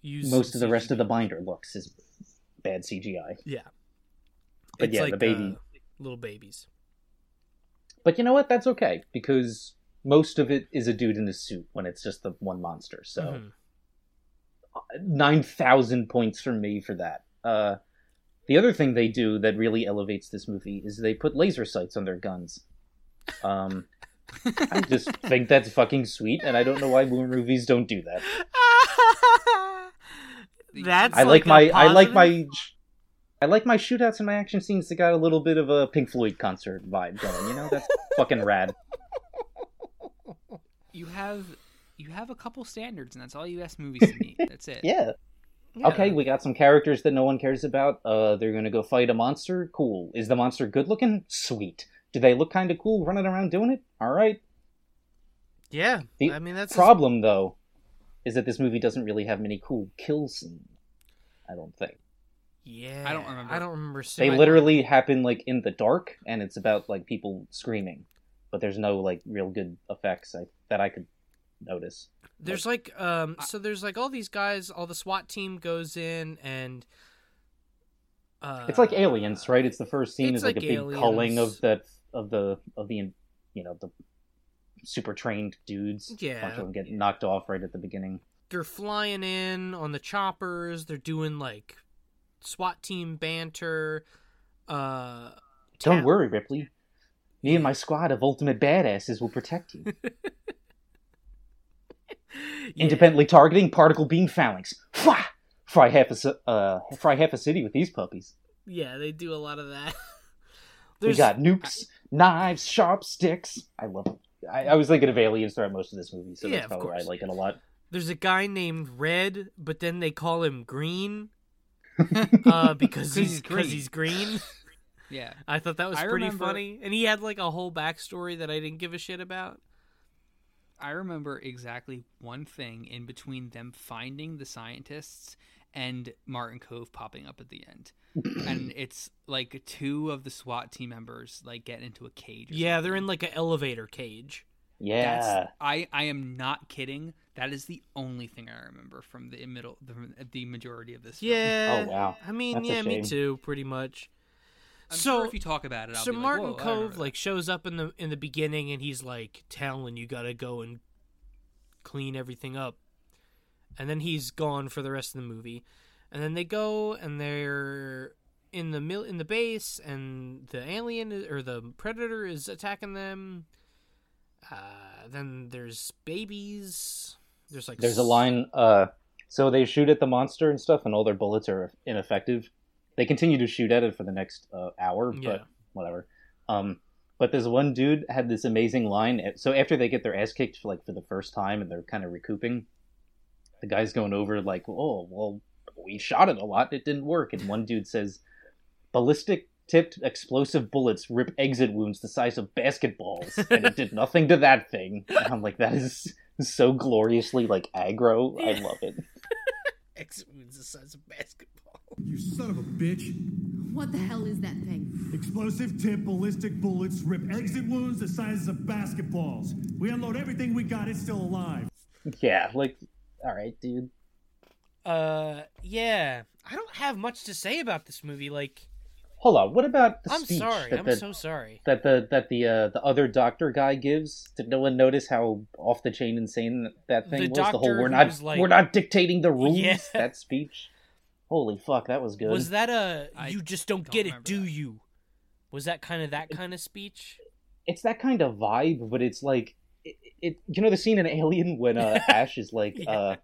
S1: Use
S2: most of the
S1: some
S2: rest of the
S1: CGI.
S2: binder looks is bad CGI.
S1: Yeah.
S2: But yeah, the baby-
S1: uh, little babies.
S2: But you know what? That's okay because most of it is a dude in a suit when it's just the one monster. So
S1: Mhm.
S2: nine thousand points from me for that. Uh, the other thing they do that really elevates this movie is they put laser sights on their guns. Um, I just think that's fucking sweet, and I don't know why more movies don't do that.
S1: That's
S2: I like,
S1: a
S2: my, I
S1: positive-
S2: like my, I like my shootouts and my action scenes that got a little bit of a Pink Floyd concert vibe going. You know, that's fucking rad.
S3: You have you have a couple standards, and that's all you ask movies to meet. That's it.
S2: Yeah. Okay, we got some characters that no one cares about. Uh, they're gonna go fight a monster. Cool. Is the monster good looking? Sweet. Do they look kind of cool running around doing it? All right.
S1: Yeah.
S2: The
S1: I mean that's a-
S2: problem though is that this movie doesn't really have many cool kill scenes. I don't think
S1: Yeah.
S3: I don't remember.
S1: I don't remember seeing
S2: they literally happen like in the dark, and it's about like people screaming, but there's no like real good effects I, that I could notice.
S1: There's like um so there's like all these guys, all the SWAT team goes in and uh,
S2: It's like aliens, right? It's the first scene
S1: it's
S2: is like,
S1: like
S2: a big culling
S1: Aliens.
S2: of that of the of the you know the super trained dudes.
S1: Yeah.
S2: bunch of them get knocked off right at the beginning.
S1: they're flying in on the choppers. They're doing like SWAT team banter. Uh,
S2: Don't
S1: tap-
S2: worry, Ripley. Me and my squad of ultimate badasses will protect you.
S1: Yeah.
S2: Independently targeting particle beam phalanx. Fwah! Fry half a ci- uh, fry half a city with these puppies.
S1: Yeah, they do a lot of that.
S2: We got nukes, knives, sharp sticks. I love. It. I, I was thinking of aliens throughout most of this movie, so
S1: Yeah,
S2: that's
S1: of
S2: probably why I
S1: course.
S2: like it a lot.
S1: There's a guy named Red, but then they call him Green uh, because he's
S3: he's
S1: because
S3: green.
S1: he's green.
S3: Yeah.
S1: I thought that was
S3: I
S1: pretty
S3: remember-
S1: funny, and he had like a whole backstory that I didn't give a shit about.
S3: I remember exactly one thing in between them finding the scientists and Martin Cove popping up at the end. and it's like two of the SWAT team members like get into a cage. Or
S1: Yeah,
S3: something.
S1: they're in like an elevator cage.
S2: Yeah,
S3: That's, I I am not kidding. That is the only thing I remember from the middle, the, the majority of this. film.
S1: Yeah.
S2: Oh, wow.
S1: I mean,
S2: That's a
S1: yeah, me
S2: shame.
S1: too, pretty much.
S3: I'm
S1: so
S3: sure if you talk about it, I'll
S1: so
S3: be like,
S1: Martin
S3: "Whoa, I remember
S1: Cove
S3: that."
S1: like shows up in the in the beginning and he's like telling you gotta go and clean everything up, and then he's gone for the rest of the movie, and then they go and they're in the mil- in the base and the alien i- or the predator is attacking them. Uh, then there's babies. There's like
S2: There's a
S1: s-
S2: line. Uh, so they shoot at the monster and stuff, and all their bullets are ineffective. They continue to shoot at it for the next uh, hour, but
S1: Yeah.
S2: whatever. Um, but this one dude had this amazing line. eh, So after they get their ass kicked, for, like for the first time, and they're kind of recouping, the guy's going over like, "Oh, well, we shot it a lot. It didn't work." And one dude says, "Ballistic." Tipped explosive bullets rip exit wounds the size of basketballs, and it did nothing to that thing. And I'm like, that is so gloriously like aggro. I love it.
S1: X wounds the size of basketball.
S9: You son of a bitch.
S7: What the hell is that thing?
S9: Explosive tip, ballistic bullets, rip exit wounds the sizes of basketballs. We unload everything we got, it's still alive.
S2: Yeah, like, all right, dude.
S1: Uh, yeah. I don't have much to say about this movie. Like,
S2: Hold on. What about the
S1: I'm
S2: speech
S1: sorry.
S2: that
S1: I'm
S2: the
S1: so sorry.
S2: that the that the uh, the other doctor guy gives? Did no one notice how off the chain insane that thing
S1: The
S2: was? The whole
S1: doctor
S2: we're
S1: who
S2: not
S1: was like-
S2: we're not dictating the rules.
S1: Yeah.
S2: That speech. Holy fuck, that was good.
S1: Was that a
S3: I
S1: you just don't,
S3: don't
S1: get it,
S3: remember
S1: do
S3: that.
S1: you? Was that kind of that kind of speech?
S2: It's that kind of vibe, but it's like it, it you know the scene in Alien when uh, Ash is like
S1: Yeah.
S2: uh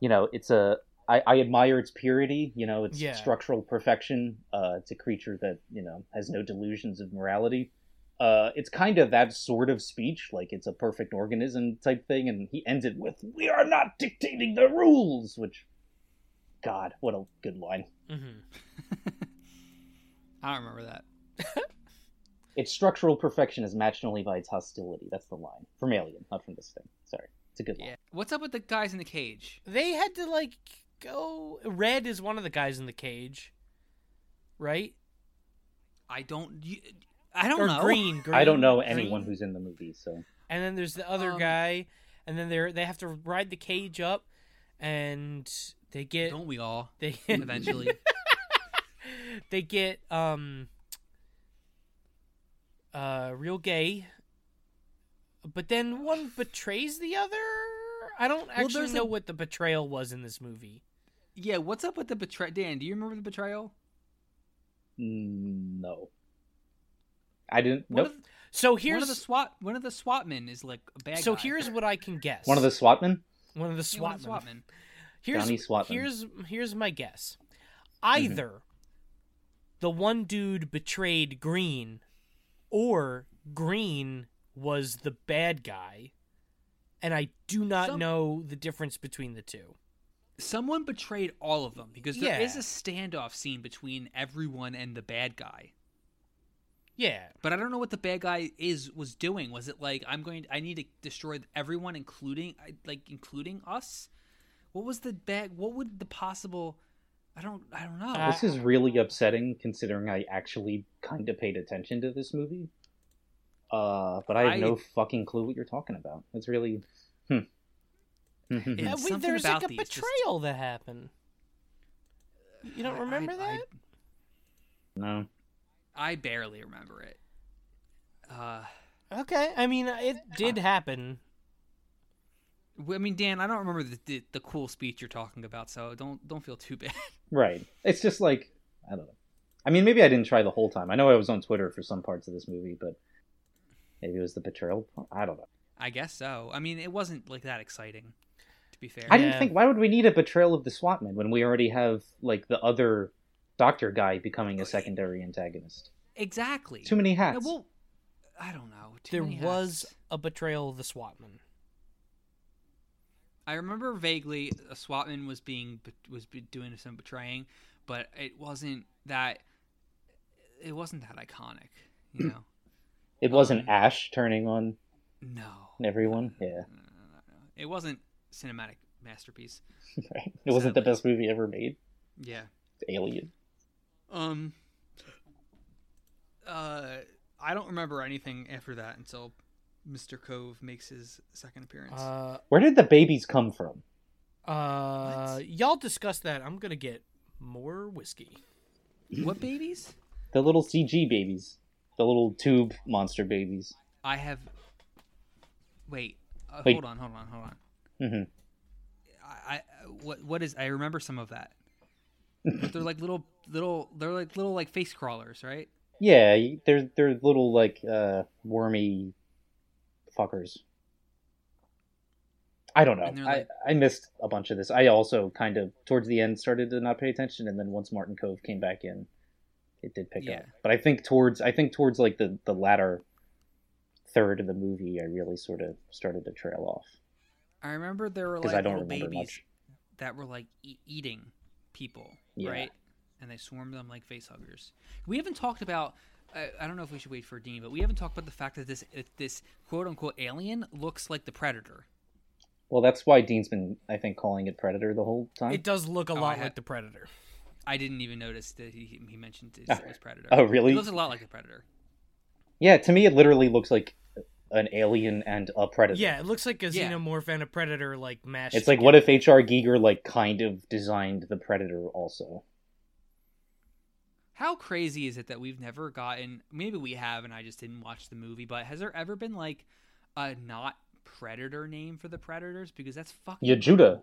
S2: you know, it's a I, I admire its purity, you know, its
S1: Yeah.
S2: structural perfection. Uh, it's a creature that, you know, has no delusions of morality. Uh, it's kind of that sort of speech, like it's a perfect organism type thing, and he ends it with, We are not dictating the rules, which, God, what a good line.
S1: Mm-hmm.
S3: I don't remember that.
S2: Its structural perfection is matched only by its hostility. That's the line from Alien, not from this thing. Sorry, it's a good line.
S3: Yeah. What's up with the guys in the cage?
S1: They had to like go. Red is one of the guys in the cage, right?
S3: I don't. You, I don't
S1: or
S3: know.
S1: Green, green.
S2: I don't know
S1: Green.
S2: anyone who's in the movie, so
S1: And then there's the other
S3: Um,
S1: guy, and then they they have to ride the cage up, and they get
S3: Don't we all?
S1: they
S3: Eventually.
S1: they get um uh real gay but then one betrays the other i don't actually
S3: there's a-
S1: know what the betrayal was in this movie
S3: yeah. What's up with the betrayal? Dan, do you remember the betrayal?
S2: mm, no. I didn't.
S3: One
S2: nope.
S3: of,
S1: so
S3: one
S1: here's
S3: of the SWAT. One of the SWAT men is like a bad
S1: so
S3: guy.
S1: here's what i can guess
S2: One of the SWATmen.
S1: one of the
S3: Yeah, one
S1: swat,
S3: of the SWAT men.
S1: here's
S2: Johnny Swatman.
S1: here's here's my guess
S3: Mm-hmm.
S1: either the one dude betrayed green or green was the bad guy and i do not
S3: Some-
S1: know the difference between the two
S3: Someone betrayed all of them because there is
S1: Yeah.
S3: a standoff scene between everyone and the bad guy.
S1: yeah
S3: But I don't know what the bad guy is was doing. Was it like I'm going? I need to destroy everyone, including I- like including us. What was the bad? What would the possible? I don't. I don't know.
S1: Uh,
S2: This is really upsetting considering I actually kind of paid attention to this movie. Uh, but I have
S3: I-
S2: no fucking clue what you're talking about. It's really. Hmm.
S3: And
S1: Yeah, Uh, we-
S3: something
S1: there's like
S3: about
S1: a
S3: these just-
S1: betrayal that happened. You don't
S3: I- I-
S1: remember that?
S2: no.
S3: I, I barely remember it. Uh,
S1: okay, I mean it did happen.
S3: w- I mean, Dan, I don't remember the, the the cool speech you're talking about, so don't don't feel too bad.
S2: Right. It's just like. I don't know. I mean, maybe I didn't try the whole time. I know I was on Twitter for some parts of this movie, but maybe it was the betrayal. part? I don't know.
S3: I guess so. I mean, it wasn't like that exciting, to be fair.
S2: I didn't
S1: Yeah.
S2: think. Why would we need a betrayal of the SWATman when we already have, like, the other doctor guy becoming a secondary antagonist?
S3: exactly.
S2: Too many hats.
S3: Yeah, well, I don't know. Too
S1: There
S3: many
S1: was
S3: hats.
S1: a betrayal of the SWATman.
S3: I remember vaguely a SWATman was being was be- doing some betraying, but it wasn't that. It wasn't that iconic, you
S2: Mm.
S3: know.
S2: it wasn't Ash turning on
S3: no, Uh,
S2: everyone. Yeah.
S3: it wasn't cinematic masterpiece.
S2: Right. It wasn't the
S3: Sadly.
S2: best movie ever made.
S3: Yeah.
S2: It's Alien.
S3: Um. Uh, I don't remember anything after that until Mr. Cove makes his second appearance.
S1: Uh,
S2: Where did the babies come from?
S1: uh,
S3: What?
S1: y'all discuss that. I'm gonna get more whiskey.
S3: what babies?
S2: The little CG babies. The little tube monster babies.
S3: I have. Wait, uh,
S2: Wait. Mm-hmm.
S3: hold on, hold on, hold on.
S2: hmm
S3: I, I what what is? I remember some of that. But they're like little little. They're like little like face crawlers, right?
S2: Yeah, y- they're they're little like uh, wormy fuckers. I don't know.
S3: And they're
S2: I,
S3: like-
S2: I missed a bunch of this. I also kind of towards the end started to not pay attention, and then once Martin Cove came back in, it did pick up.
S3: Yeah.
S2: But I think towards I think towards like the the latter third of the movie, I really sort of started to trail off
S3: I remember there were
S2: because
S3: like
S2: I don't
S3: little
S2: remember
S3: babies
S2: much.
S3: that were like e- eating people,
S2: Yeah.
S3: right? And they swarmed them like face huggers. We haven't talked about. I, I don't know if we should wait for Dean, but we haven't talked about the fact that this if this quote unquote alien looks like the Predator.
S2: Well, that's why Dean's been, I think, calling it Predator the whole time.
S1: It does look a
S3: Oh, I
S1: lot
S3: had-
S1: like the Predator.
S3: I didn't even notice that he, he mentioned it was Predator.
S2: oh, really?
S3: It looks a lot like the Predator.
S2: Yeah, to me, it literally looks like an alien and a predator.
S1: Yeah, it looks like a
S3: Yeah.
S1: xenomorph and a predator like mashed.
S2: it's like what if H.R. Giger like kind of designed the predator also?
S3: How crazy is it that we've never gotten? Maybe we have, and I just didn't watch the movie. But has there ever been like a not Predator name for the Predators? Because that's fucking
S2: Yehuda or
S3: that's what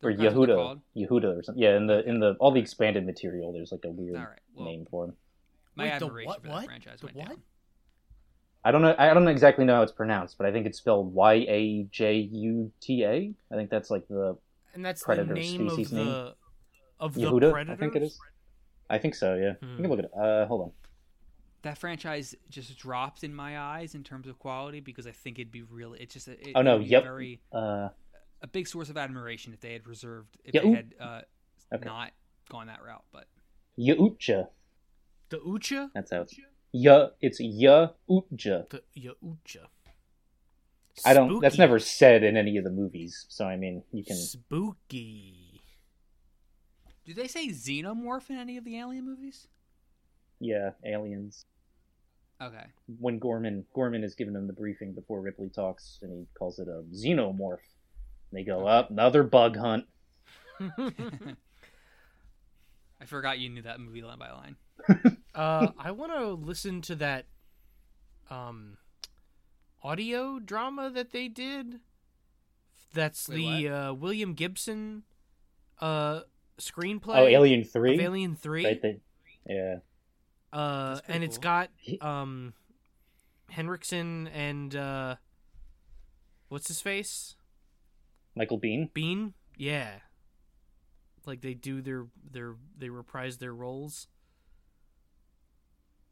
S3: they're
S2: Yehuda,
S3: called?
S2: Yehuda or something. Yeah, in the in the all the expanded material, there's like a weird
S3: All right, well-
S2: name for him.
S3: My
S1: Wait, the
S3: admiration
S1: what-
S3: for that
S1: what?
S3: franchise
S1: The
S3: went
S1: what?
S3: down.
S2: I don't know. I don't exactly know how it's pronounced, but I think it's spelled Y A J U T A. I think that's like the
S1: and that's the
S2: Predator
S1: name of
S2: species
S1: the
S2: name?
S1: of the
S2: Yehuda.
S1: predator.
S2: I think it is. I think so. Yeah. You
S1: Hmm.
S2: can look at it. Uh, hold on.
S3: That franchise just dropped in my eyes in terms of quality because I think it'd be really. It's just a, it,
S2: Oh, no,
S3: it'd be a
S2: yep.
S3: very
S2: Uh,
S3: a big source of admiration if they had reserved if
S2: Yeah,
S3: they
S2: ooh.
S3: had uh,
S2: Okay.
S3: not gone that route. But
S2: Yeucha.
S1: The Ucha.
S2: That's how. It's... Ya, it's Ya Utja.
S1: The Yaucha.
S2: I don't. That's
S1: Spooky.
S2: never said in any of the movies. So I mean, you can.
S1: Spooky.
S3: Do they say xenomorph in any of the Alien movies?
S2: Yeah, aliens.
S3: Okay.
S2: When Gorman Gorman is giving them the briefing before Ripley talks, and he calls it a xenomorph. And they
S1: Oh.
S2: go up another bug hunt.
S3: I forgot you knew that movie line by line.
S1: Uh, I want to listen to that um, audio drama that they did. That's
S3: Wait,
S1: the uh, William Gibson uh, screenplay.
S2: Oh, Alien
S1: of
S2: Three.
S1: Alien Three.
S2: Right. They, yeah.
S1: uh,
S3: pretty
S1: and it's
S3: cool.
S1: got
S2: He-
S1: um, Henriksen and uh, what's his face
S2: Michael Bean.
S1: Bean. Yeah, like they do their their they reprise their roles.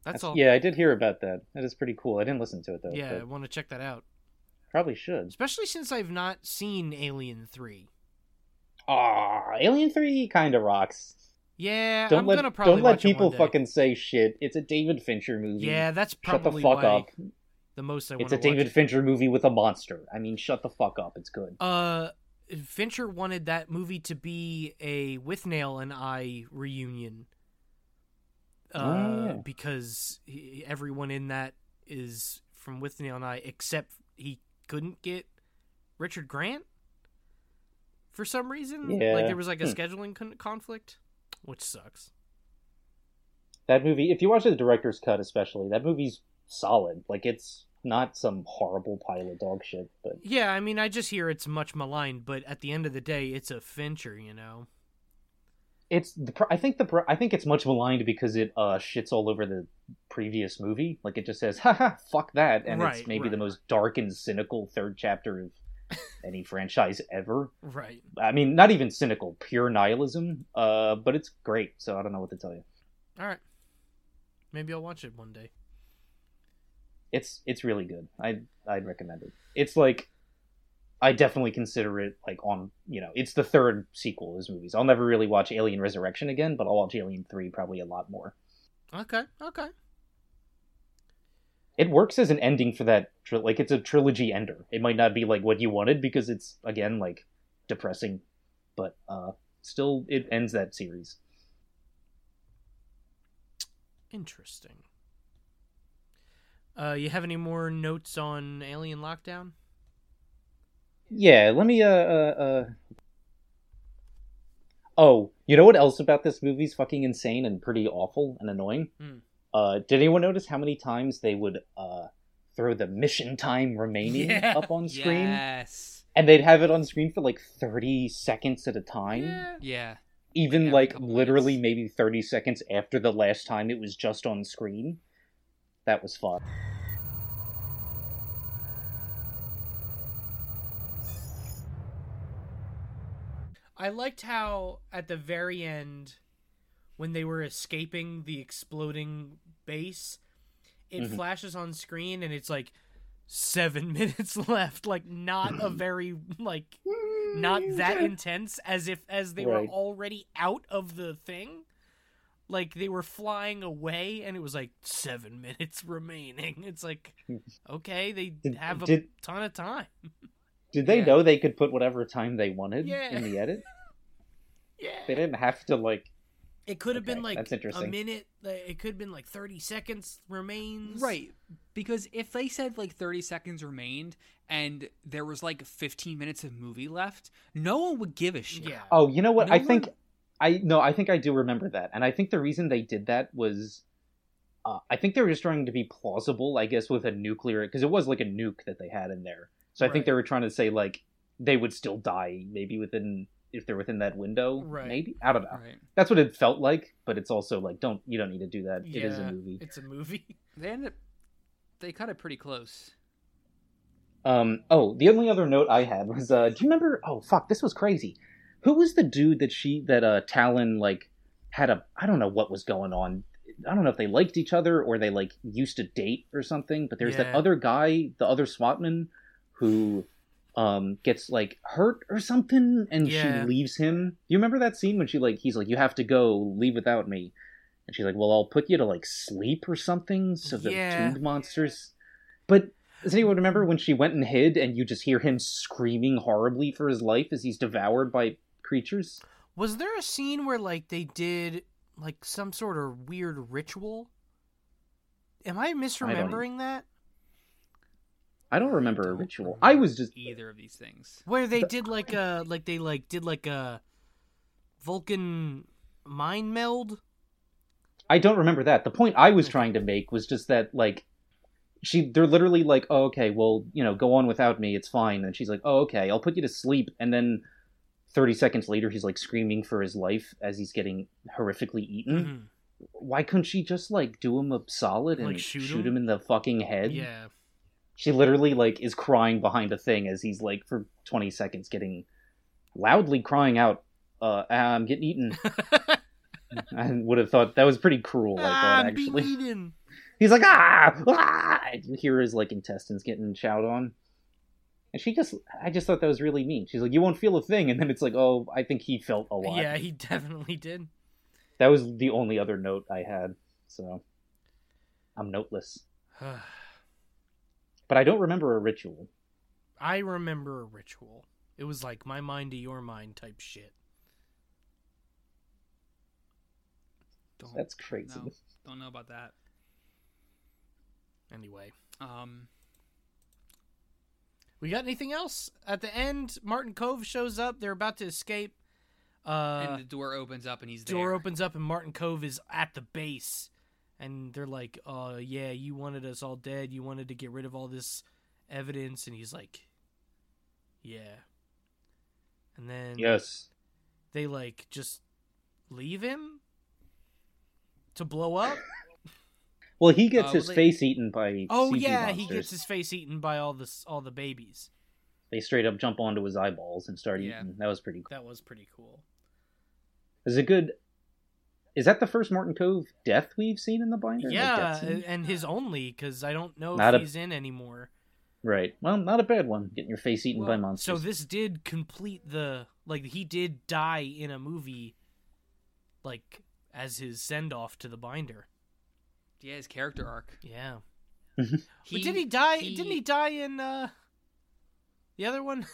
S1: That's all.
S2: Yeah, I did hear about that. That is pretty cool. I didn't listen to it though.
S1: yeah. I
S2: but
S1: want to check that out.
S2: probably should.
S1: especially since I've not seen Alien Three.
S2: Ah, Alien Three kind of rocks.
S1: Yeah,
S2: Don't
S1: I'm
S2: let
S1: gonna probably
S2: don't let
S1: watch it
S2: people
S1: one day.
S2: fucking say shit. It's a David Fincher movie.
S1: Yeah, that's
S2: shut the
S1: probably why
S2: fuck up.
S1: the most I want
S2: It's
S1: to
S2: a
S1: watch.
S2: David
S1: it.
S2: Fincher movie with a monster. I mean, shut the fuck up. It's good.
S1: Uh, Fincher wanted that movie to be a With Nail and I reunion. Uh,
S2: Oh, yeah.
S1: because he, everyone in that is from With Nail and I, except he couldn't get Richard Grant for some reason.
S2: Yeah.
S1: Like there was like a
S2: Hmm.
S1: scheduling con- conflict, which sucks.
S2: That movie, if you watch the director's cut, especially, that movie's solid. Like it's not some horrible pile of dog shit. But
S1: Yeah, I mean, I just hear it's much maligned, but at the end of the day, it's a Fincher, you know.
S2: it's the pro- I think the pro- I think it's much maligned because it uh shits all over the previous movie. Like it just says, "Haha, fuck that," and
S1: Right,
S2: it's maybe
S1: right.
S2: the most dark and cynical third chapter of any franchise ever.
S1: Right.
S2: I mean, not even cynical, pure nihilism. Uh, but it's great. So I don't know what to tell you.
S1: All right. Maybe I'll watch it one day.
S2: It's it's really good. I I'd recommend it. It's like I definitely consider it like on you know it's the third sequel of his movies. I'll never really watch Alien Resurrection again, but I'll watch Alien Three probably a lot more.
S1: Okay. Okay.
S2: it works as an ending for that tri- like it's a trilogy ender it might not be like what you wanted because it's again like depressing but uh still it ends that series
S1: Interesting. Uh, you have any more notes on Alien Lockdown?
S2: yeah let me uh uh, uh... oh you know what else about this movie's fucking insane and pretty awful and annoying
S1: Hmm.
S2: uh did anyone notice how many times they would uh throw the mission time remaining
S3: Yeah.
S2: up on screen
S3: Yes.
S2: and they'd have it on screen for like 30 seconds at a time
S3: Yeah.
S2: even
S3: every
S2: like
S3: couple
S2: literally
S3: minutes.
S2: maybe 30 seconds after the last time it was just on screen that was fun
S1: I liked how at the very end, when they were escaping the exploding base, it
S2: Mhm.
S1: flashes on screen and it's like seven minutes left. Like not a very like not that intense as if as they
S2: Right.
S1: were already out of the thing. Like they were flying away and it was like seven minutes remaining. It's like okay, they
S2: Did-
S1: have a
S2: did-
S1: ton of time.
S2: did they
S3: Yeah.
S2: know they could put whatever time they wanted
S1: Yeah.
S2: in the edit
S1: Yeah.
S2: they didn't have to like
S1: It could have been
S2: Okay,
S1: like
S2: that's
S1: a
S2: interesting.
S1: minute. like, It could have been like thirty seconds remains.
S3: Right. Because if they said like 30 seconds remained and there was like 15 minutes of movie left, no one would give a shit.
S1: Yeah.
S2: oh you know what
S3: No
S2: i
S3: one-
S2: think i no i think i do remember that and i think the reason they did that was uh, i think they were just trying to be plausible i guess with a nuclear because it was like a nuke that they had in there so i think
S1: Right.
S2: they were trying to say like they would still die maybe within if they're within that window
S1: Right.
S2: maybe i don't know
S3: Right.
S2: that's what it felt like but it's also like don't you don't need to do that it is
S1: Yeah,
S2: a movie
S1: It's a movie.
S3: They ended up, they cut it pretty close.
S2: um oh the only other note i had was uh do you remember oh fuck this was crazy who was the dude that she that uh talon like had a i don't know what was going on i don't know if they liked each other or they like used to date or something but there's that
S1: Yeah.
S2: other guy the other swatman who um gets like hurt or something and
S1: Yeah.
S2: she leaves him you remember that scene when she like he's like you have to go leave without me And she's like, "Well, I'll put you to like sleep or something, so the
S1: Yeah.
S2: tube monsters." But does anyone remember when she went and hid, and you just hear him screaming horribly for his life as he's devoured by creatures?
S1: Was there a scene where like they did like some sort of weird ritual? Am I misremembering that?
S2: I don't remember a
S3: Don't
S2: ritual.
S3: remember
S2: I was just
S3: either of these things.
S1: Where they did like a like they like did like a Vulcan mind meld?
S2: I don't remember that. The point I was trying to make was just that like she they're literally like, "Oh, okay, well, you know, go on without me. It's fine." And she's like, "Oh, okay. I'll put you to sleep." And then 30 seconds later, he's like screaming for his life as he's getting horrifically eaten.
S3: Mm-hmm.
S1: Mhm.
S2: Why couldn't she just like do him a solid and
S1: Like, shoot
S2: shoot,
S1: him?
S2: him? in the fucking head?
S1: Yeah.
S2: She literally like is crying behind a thing as he's like for 20 seconds getting loudly crying out, "Uh, I'm getting eaten." I would have thought that was pretty cruel. I
S1: Ah,
S2: thought
S1: I'm being
S2: actually.
S1: eaten.
S2: He's like, ah, ah! And You hear his like intestines getting chowed on, and she just, I just thought that was really mean. She's like, you won't feel a thing, and then it's like, oh, I think he felt a lot.
S1: Yeah, he definitely did.
S2: that was the only other note I had. So I'm noteless, but I don't remember a ritual.
S1: I remember a ritual. It was like my mind to your mind type shit. Oh,
S3: Don't,
S2: That's crazy.
S3: No, don't know about that.
S1: Anyway,
S3: Um,
S1: we got anything else? At the end, Martin Cove shows up. They're about to escape.
S3: and
S1: Uh,
S3: the door opens up and he's
S1: door
S3: there.
S1: opens up, and Martin Cove is at the base. And they're like, "Oh yeah, you wanted us all dead. You wanted to get rid of all this evidence." And he's like, "Yeah." And then
S2: Yes,
S1: they like just leave him to blow up.
S2: well, he gets
S3: Uh,
S2: his
S3: well, they-
S2: face eaten by.
S1: Oh
S2: CG
S1: yeah, he
S2: monsters.
S1: gets his face eaten by all this all the babies.
S2: They straight up jump onto his eyeballs and start
S3: Yeah.
S2: eating. That was pretty. cool.
S1: That was pretty cool.
S2: Is a good. Is that the first Morton Cove death we've seen in the binder? Like,
S1: yeah,
S2: death scene?
S1: a- and his only because I don't know
S2: Not
S1: if
S2: a-
S1: he's in anymore.
S2: Right. Well, not a bad one. Getting your face eaten by
S3: Well,
S2: monsters.
S1: So this did complete the like he did die in a movie, like as his send off to the binder.
S3: Yeah, his character arc.
S1: Yeah, but did he die? Didn't he die in uh the other one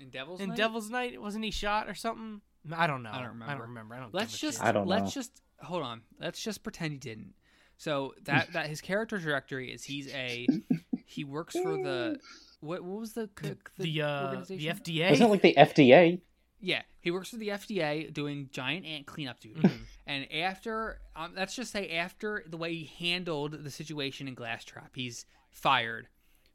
S3: in Devil's
S1: in
S3: Night?
S1: Devil's Night? Wasn't he shot or something? I don't know.
S3: I don't
S1: I don't
S3: remember.
S1: remember. I don't.
S3: Let's
S1: give a
S3: just
S1: shit.
S2: I don't
S3: let's
S2: know.
S3: just hold on. Let's just pretend he didn't. So that that his character trajectory is he's a he works for the what what was the
S1: the
S3: the,
S1: the, uh, the
S3: organization?
S1: FDA.
S2: Wasn't it like the FDA?
S3: Yeah, he works for the FDA doing giant ant cleanup duty.
S2: Mm-hmm.
S1: Mhm.
S3: And after, um, let's just say after the way he handled the situation in Glass Trap, he's fired,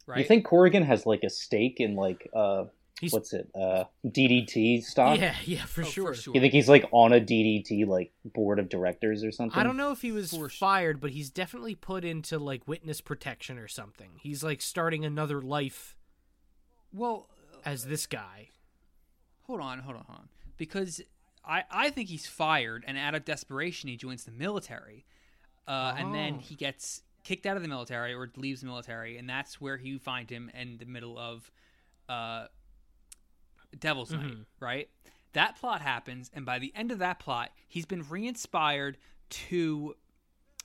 S3: right?
S2: You think Corrigan has like a stake in like uh
S1: He's-
S2: what's it? Uh DDT stock?
S1: yeah, yeah, for
S3: Oh,
S1: sure.
S3: For sure.
S2: You think he's like on a DDT like board of directors or something?
S1: I don't know if he was
S3: For sure.
S1: fired, but he's definitely put into like witness protection or something. He's like starting another life
S3: well,
S1: as this guy.
S3: hold on, hold on, hold on. Because I, I think he's fired, and out of desperation, he joins the military. Uh, And then
S1: Oh.
S3: he gets kicked out of the military or leaves the military, and that's where you find him in the middle of uh, Devil's Night,
S1: Mhm.
S3: right? That plot happens, and by the end of that plot, he's been re inspired to.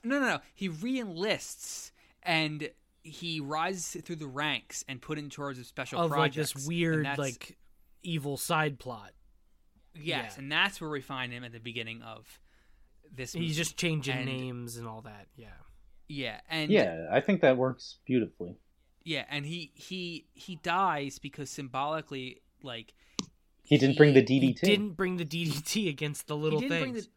S3: No, no, no. He re enlists and he rises through the ranks and put in towards of special
S1: of like
S3: projects.
S1: this
S3: and
S1: weird
S3: that's-
S1: like evil side plot.
S3: Yes,
S1: Yeah.
S3: and that's where we find him at the beginning of this. movie.
S1: He's just changing
S3: And-
S1: names and all that. Yeah.
S3: yeah, and
S2: Yeah, I think that works beautifully.
S3: yeah, and he he he dies because symbolically, like
S2: He didn't bring the
S1: He
S2: DDT.
S1: didn't bring the DDT against the little
S3: he
S1: things.
S3: didn't bring the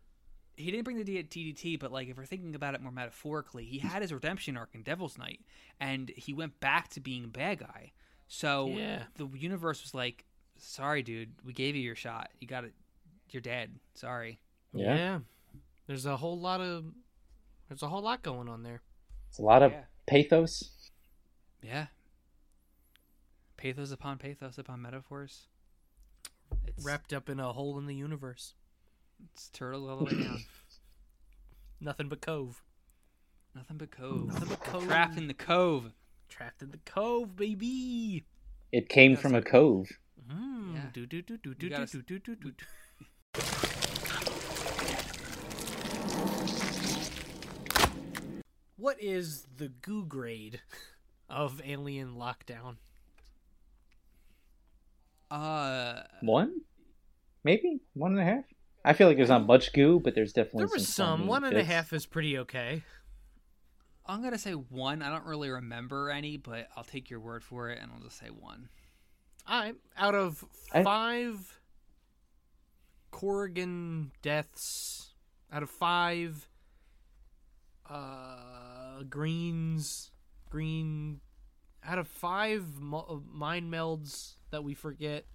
S3: he didn't bring the D- DDT, but like if we're thinking about it more metaphorically, he had his redemption arc in Devil's Night, and he went back to being a bad guy. So
S1: Yeah.
S3: the universe was like, "Sorry, dude, we gave you your shot. You got it. You're dead. Sorry."
S2: Yeah.
S1: There's a whole lot of there's a whole lot going on there.
S2: It's a lot of
S3: Yeah.
S2: pathos.
S3: Yeah. Pathos upon pathos upon metaphors. It's,
S1: Wrapped up in a hole in the universe.
S3: it's turtle all the way down.
S1: Nothing but cove.
S3: Nothing but cove.
S1: Nothing but cove.
S3: Trapped in the cove.
S1: Trapped in the cove, baby.
S2: It came from a cove.
S1: Mm.
S3: Yeah.
S1: Do, do, do, do, do,
S3: gotta
S1: do,
S3: s-
S1: do, do, do, do. What is the goo grade of Alien Lockdown?
S3: Uh,
S2: One, maybe one and a half. I feel like there's not much goo, but there's definitely
S1: There was
S2: some.
S1: some.
S2: funny
S1: One and a
S2: bits.
S1: half is pretty okay.
S3: I'm gonna say one. I don't really remember any, but I'll take your word for it, and I'll just say one.
S1: I out of
S2: I-
S1: five Corrigan deaths, out of five uh, greens, green, out of five mo- mind melds that we forget,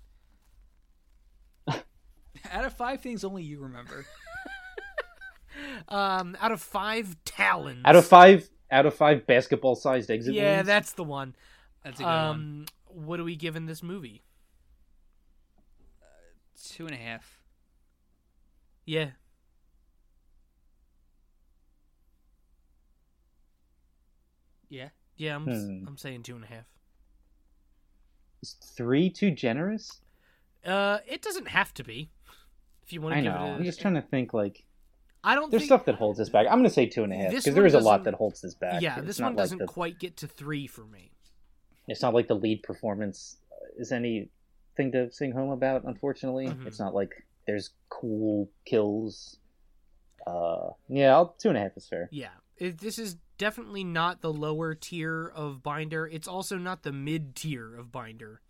S3: Out of five things, only you remember.
S1: um, out of five talons,
S2: Out of five, out of five basketball-sized exit
S1: yeah,
S2: wounds.
S1: that's the one.
S3: That's a good one.
S1: Um, what are we giving this movie?
S3: Two and a half.
S1: Yeah,
S3: Yeah.
S1: yeah, I'm s-
S2: Hmm.
S1: I'm saying two and a half.
S2: Is three too generous.
S1: Uh, it doesn't have to be. If you want
S2: I
S1: to give
S2: know.
S1: it, a,
S2: I'm just trying to think. Like,
S1: I don't
S2: there's
S1: think
S2: stuff that holds this back. I'm gonna say two and a half
S1: This
S2: because there
S1: one
S2: is a lot
S1: doesn't-
S2: that holds this back.
S1: Yeah,
S2: It's
S1: this
S2: not
S1: one
S2: like
S1: doesn't
S2: the-
S1: quite get to three for me.
S2: It's not like the lead performance uh, is anything to sing home about. Unfortunately,
S1: Mhm.
S2: it's not like there's cool kills. Uh, yeah, I'll, two and a half is fair.
S1: Yeah, it, this is definitely not the lower tier of Binder. It's also not the mid tier of Binder.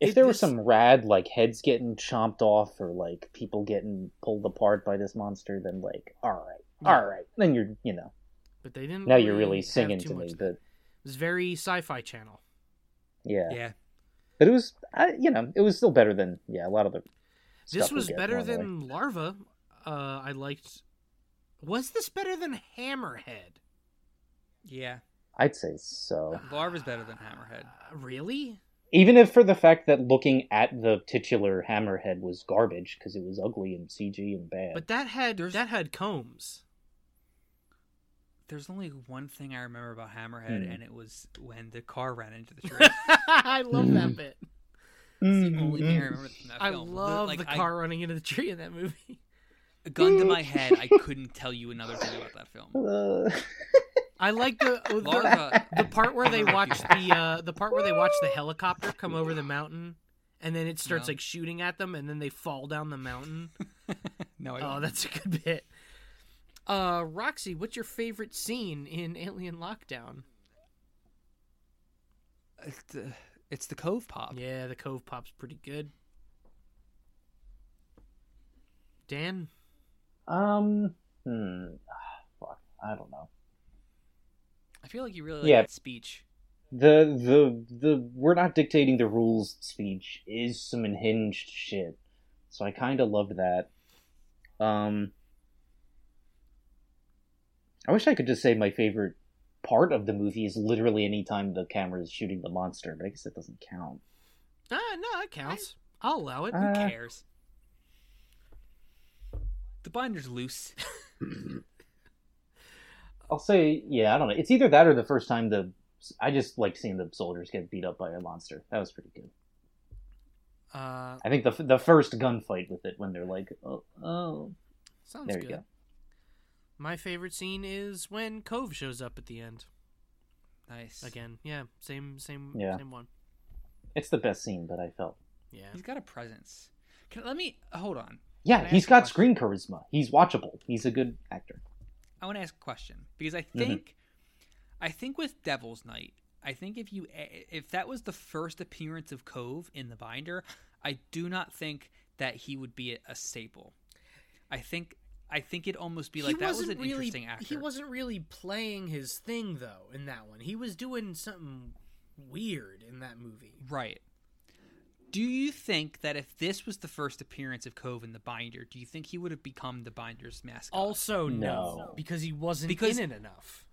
S2: If
S1: It-
S2: there
S1: this-
S2: was some rad like heads getting chomped off or like people getting pulled apart by this monster, then like, all right, all right, then you're you know
S1: But they didn't.
S2: now you're really
S1: Mm, have
S2: singing
S1: too
S2: to
S1: much
S2: me,
S1: of that.
S2: but
S1: it was very sci-fi channel.
S2: yeah.
S3: Yeah.
S2: but it was I, you know it was still better than yeah a lot of the.
S1: This
S2: stuff we
S1: was
S2: get
S1: better
S2: normally.
S1: than Larva. Uh, I liked. Was this better than Hammerhead?
S3: Yeah.
S2: I'd say so.
S3: Larva's better than Hammerhead.
S1: Uh, really?
S2: Even if for the fact that looking at the titular hammerhead was garbage because it was ugly and CG and bad.
S1: But that had
S3: There's-
S1: that had combs.
S3: There's only one thing I remember about Hammerhead,
S2: Hmm.
S3: and it was when the car ran into the tree.
S1: I
S2: Hmm.
S1: love that bit.
S3: That's the only thing I remember from that
S1: I
S3: film.
S1: love
S3: like,
S1: the
S3: I-
S1: car running into the tree in that movie.
S3: gun to my head, I couldn't tell you another thing about that film.
S2: Uh,
S1: I like the, oh, the
S3: Larva.
S1: the part where they watch the uh, the part where they watch the helicopter come over the mountain and then it starts
S3: No.
S1: like shooting at them and then they fall down the mountain
S3: no, I
S1: oh that's a good bit uh roxy what's your favorite scene in alien lockdown
S3: It's the, it's the Cove Pop.
S1: yeah the cove pop's pretty good dan
S2: um. Hmm. ah, Fuck. I don't know.
S3: I feel like you really like
S2: Yeah.
S3: that speech.
S2: the the the we're not dictating the rules speech is some unhinged shit so i kind of loved that um i wish i could just say my favorite part of the movie is literally any time the camera is shooting the monster but i guess that doesn't count
S1: ah no that counts I, will allow it
S2: Uh,
S3: Who cares? The binder's loose.
S2: i'll say yeah i don't know it's either that or the first time the i just like seeing the soldiers get beat up by a monster that was pretty good
S1: uh
S2: i think the f- the first gunfight with it when they're like oh, oh.
S1: sounds
S2: there you
S1: good
S2: go
S1: my favorite scene is when cove shows up at the end
S3: Nice.
S1: again yeah same same
S2: Yeah.
S1: same one
S2: it's the best scene that i felt
S1: yeah
S3: He's got a presence. Can, let me hold on.
S2: Yeah,
S3: Can I
S2: he's
S3: ask a
S2: got screen charisma. He's watchable. He's a good actor.
S3: I want to ask a question because I
S2: Mm-hmm.
S3: think, I think with Devil's Night, I think if you if that was the first appearance of Cove in the binder, I do not think that he would be a, a staple. I think I think it'd almost be like that was an
S1: wasn't really,
S3: interesting actor.
S1: He wasn't really playing his thing though in that one. He was doing something weird in that movie.
S3: Right. Do you think that if this was the first appearance of Cove in the Binder, do you think he would have become the Binder's mascot?
S1: Also,
S2: No.
S1: because he wasn't
S3: Because-
S1: in it enough.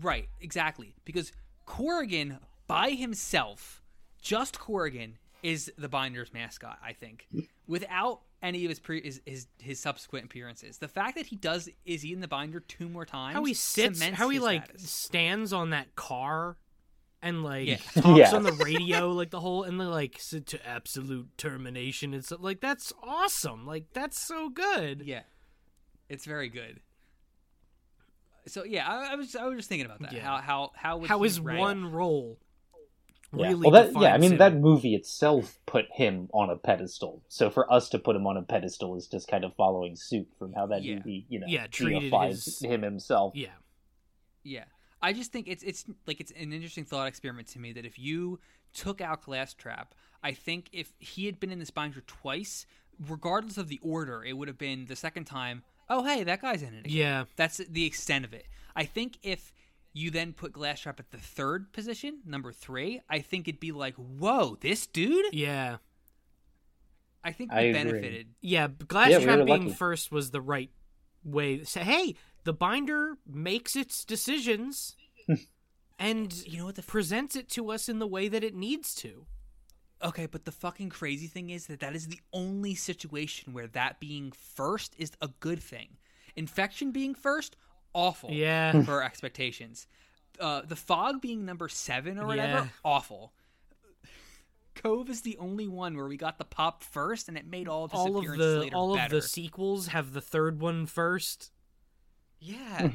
S3: right, exactly. Because Corrigan by himself, just Corrigan, is the Binder's mascot. I think without any of his pre- his, his his subsequent appearances, the fact that he does is he in the Binder two more times.
S1: How he sits,
S3: cements
S1: how he
S3: his
S1: like
S3: status.
S1: stands on that car, and like
S3: Yeah.
S1: talks
S2: Yeah.
S1: on the radio, like the whole and the like s- to absolute termination and stuff. Like that's awesome. Like that's so good.
S3: Yeah, it's very good. so yeah, I, I was I was just thinking about that.
S1: Yeah.
S3: How how how would
S1: How
S3: he
S1: is
S3: rank-
S1: one role
S2: Yeah.
S1: really?
S2: well, that yeah, I
S1: defines
S2: mean
S1: him?
S2: that movie itself put him on a pedestal. So for us to put him on a pedestal is just kind of following suit from how that
S3: Yeah.
S2: movie, you know,
S1: Yeah, treated
S2: deifies
S1: his-
S2: him himself.
S1: Yeah,
S3: Yeah. I just think it's it's like it's an interesting thought experiment to me that if you took out Glass Trap, I think if he had been in this binder twice, regardless of the order, it would have been the second time, oh hey, that guy's in it again.
S1: yeah,
S3: That's the extent of it. I think if you then put Glass Trap at the third position, number three, I think it'd be like, Whoa, this dude?
S1: yeah,
S3: I think we
S2: I agree.
S3: benefited.
S1: yeah. but Glass
S2: Yeah, we
S1: Trap
S2: were
S1: being
S2: lucky.
S1: first was the right way. Say, hey, the binder makes its decisions, and
S3: You know what the f-
S1: presents it to us in the way that it needs to.
S3: Okay, but the fucking crazy thing is that that is the only situation where that being first is a good thing. Infection being first, awful.
S1: Yeah.
S3: For our expectations. Uh, the fog being number seven or whatever,
S1: Yeah.
S3: awful. Cove is the only one where we got the pop first, and it made all of his
S1: all of
S3: appearances
S1: the
S3: later
S1: all
S3: better.
S1: of the sequels have the third one first,
S3: yeah,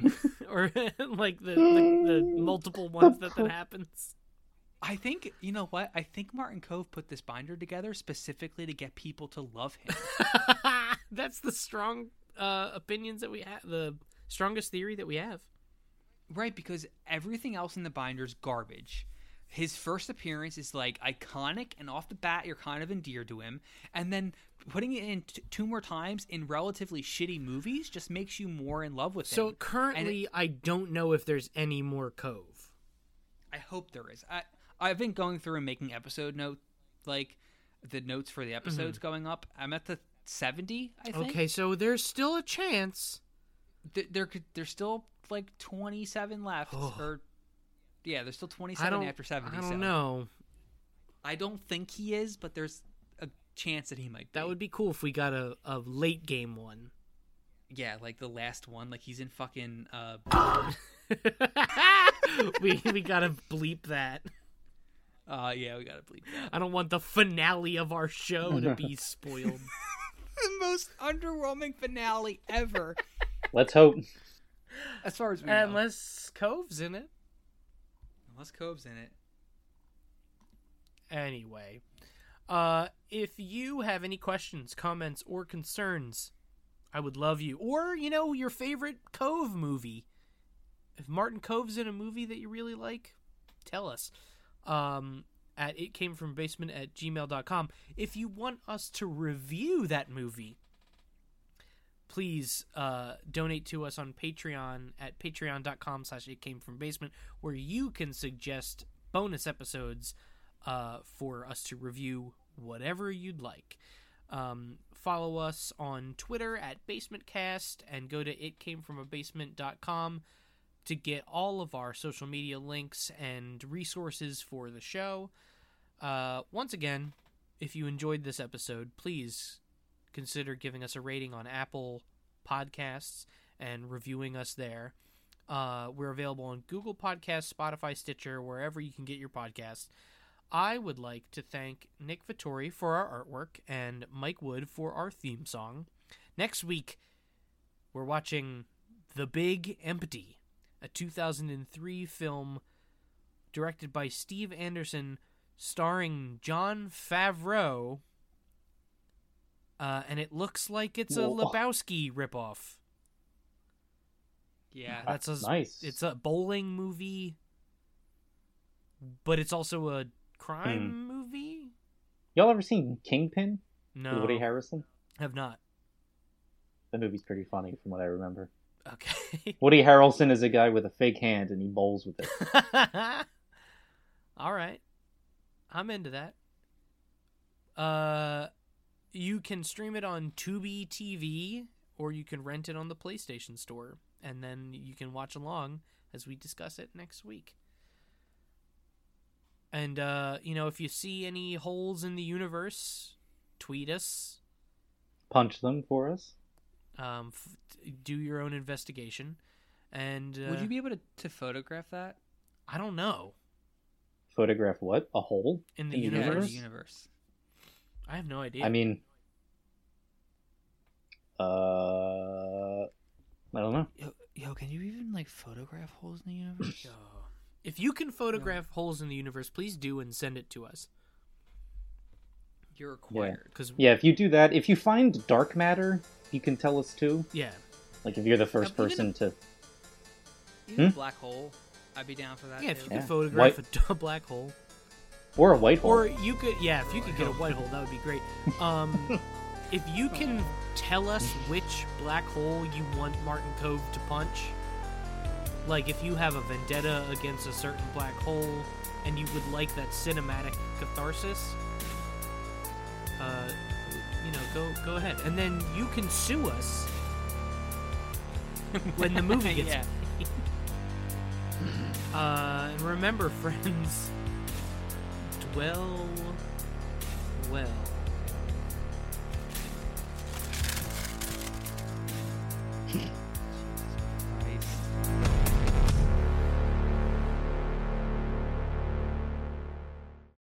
S1: or like the, the the multiple ones that that happens.
S3: I think you know what? I think Martin Cove put this binder together specifically to get people to love him.
S1: That's the strong uh, opinions that we have. The strongest theory that we have.
S3: Right, because everything else in the binder is garbage. His first appearance is like iconic, and off the bat, you're kind of endeared to him. And then putting it in t- two more times in relatively shitty movies just makes you more in love with
S1: So
S3: him.
S1: currently, I don't know if there's any more Cove.
S3: I hope there is. I I've been going through and making episode note like the notes for the episodes going up. I'm at the seventy. I think.
S1: Mm-hmm. Okay, so there's still a chance.
S3: Th- there could there's still like twenty seven left,
S1: Oh.
S3: or yeah, there's still twenty
S1: I
S3: seven
S1: don't.
S3: after seventy.
S1: I don't
S3: so.
S1: know.
S3: I don't think he is, but there's a chance that he might. Be.
S1: That would be cool if we got a, a late game one.
S3: yeah, like the last one, like he's in fucking. uh
S1: we we gotta bleep that.
S3: uh Yeah, we gotta bleep that.
S1: I don't want the finale of our show to be spoiled.
S3: the most underwhelming finale ever,
S2: Let's hope.
S3: as far as we know.
S1: Unless Cove's in it.
S3: Unless Cove's in it.
S1: Anyway, uh, if you have any questions, comments, or concerns, I would love you. Or, you know, your favorite Cove movie. If Martin Cove's in a movie that you really like, tell us. Um, at it came from basement at gmail.com. If you want us to review that movie, please uh, donate to us on patreon at patreon.com slash it came from basement where you can suggest bonus episodes uh, for us to review whatever you'd like um, follow us on twitter at basementcast and go to it came from a basement.com to get all of our social media links and resources for the show uh, once again if you enjoyed this episode please consider giving us a rating on Apple Podcasts and reviewing us there. Uh, we're available on Google Podcasts, Spotify, Stitcher, wherever you can get your podcast. I would like to thank Nick Vittori for our artwork and Mike Wood for our theme song. Next week, we're watching The Big Empty, a 2003 film directed by Steve Anderson, starring John Favreau. Uh, and it looks like it's a
S2: Whoa.
S1: Lebowski ripoff.
S3: Yeah,
S2: Uh,
S1: That's a,
S2: nice.
S1: It's a bowling movie, but it's also a crime movie.
S2: Y'all ever seen Kingpin
S1: No,
S2: with Hmm. Woody Harrison?
S1: have not.
S2: That movie's pretty funny from what I remember.
S1: Okay.
S2: Woody Harrelson is a guy with a fake hand and he bowls with it.
S1: All right. I'm into that. Uh you can stream it on Tubi TV or you can rent it on the PlayStation Store and then you can watch along as we discuss it next week. And uh you know if you see any holes in the universe, tweet us.
S2: Punch them for us.
S1: Um f- do your own investigation and uh,
S3: would you be able to, to photograph that
S1: I don't know.
S2: Photograph what? A hole
S1: In the
S2: in the
S3: Yeah, in
S1: universe?
S2: universe?
S3: the universe.
S1: I have no idea.
S2: I mean, uh, I don't know.
S3: Yo, can you even like photograph holes in the universe? Yo.
S1: If you can photograph holes in the universe, please do and send it to us.
S3: You're required.
S1: Because
S2: Yeah, if you do that, if you find dark matter, you can tell us too.
S1: yeah,
S2: Like if you're the first
S3: Now, even
S2: person to
S3: Even a black hole, I'd be down for that.
S1: yeah. If
S3: too.
S1: you
S2: Yeah.
S1: could photograph
S2: White-
S1: a d- black hole,
S2: or a white hole.
S1: or you could yeah, if you could get a white hole, that would be great. Um, if you can tell us which black hole you want Martin Cove to punch, like if you have a vendetta against a certain black hole, and you would like that cinematic catharsis, uh, you know, go go ahead, and then you can sue us when the movie gets.
S3: Yeah.
S1: made. uh, and remember, friends, dwell well.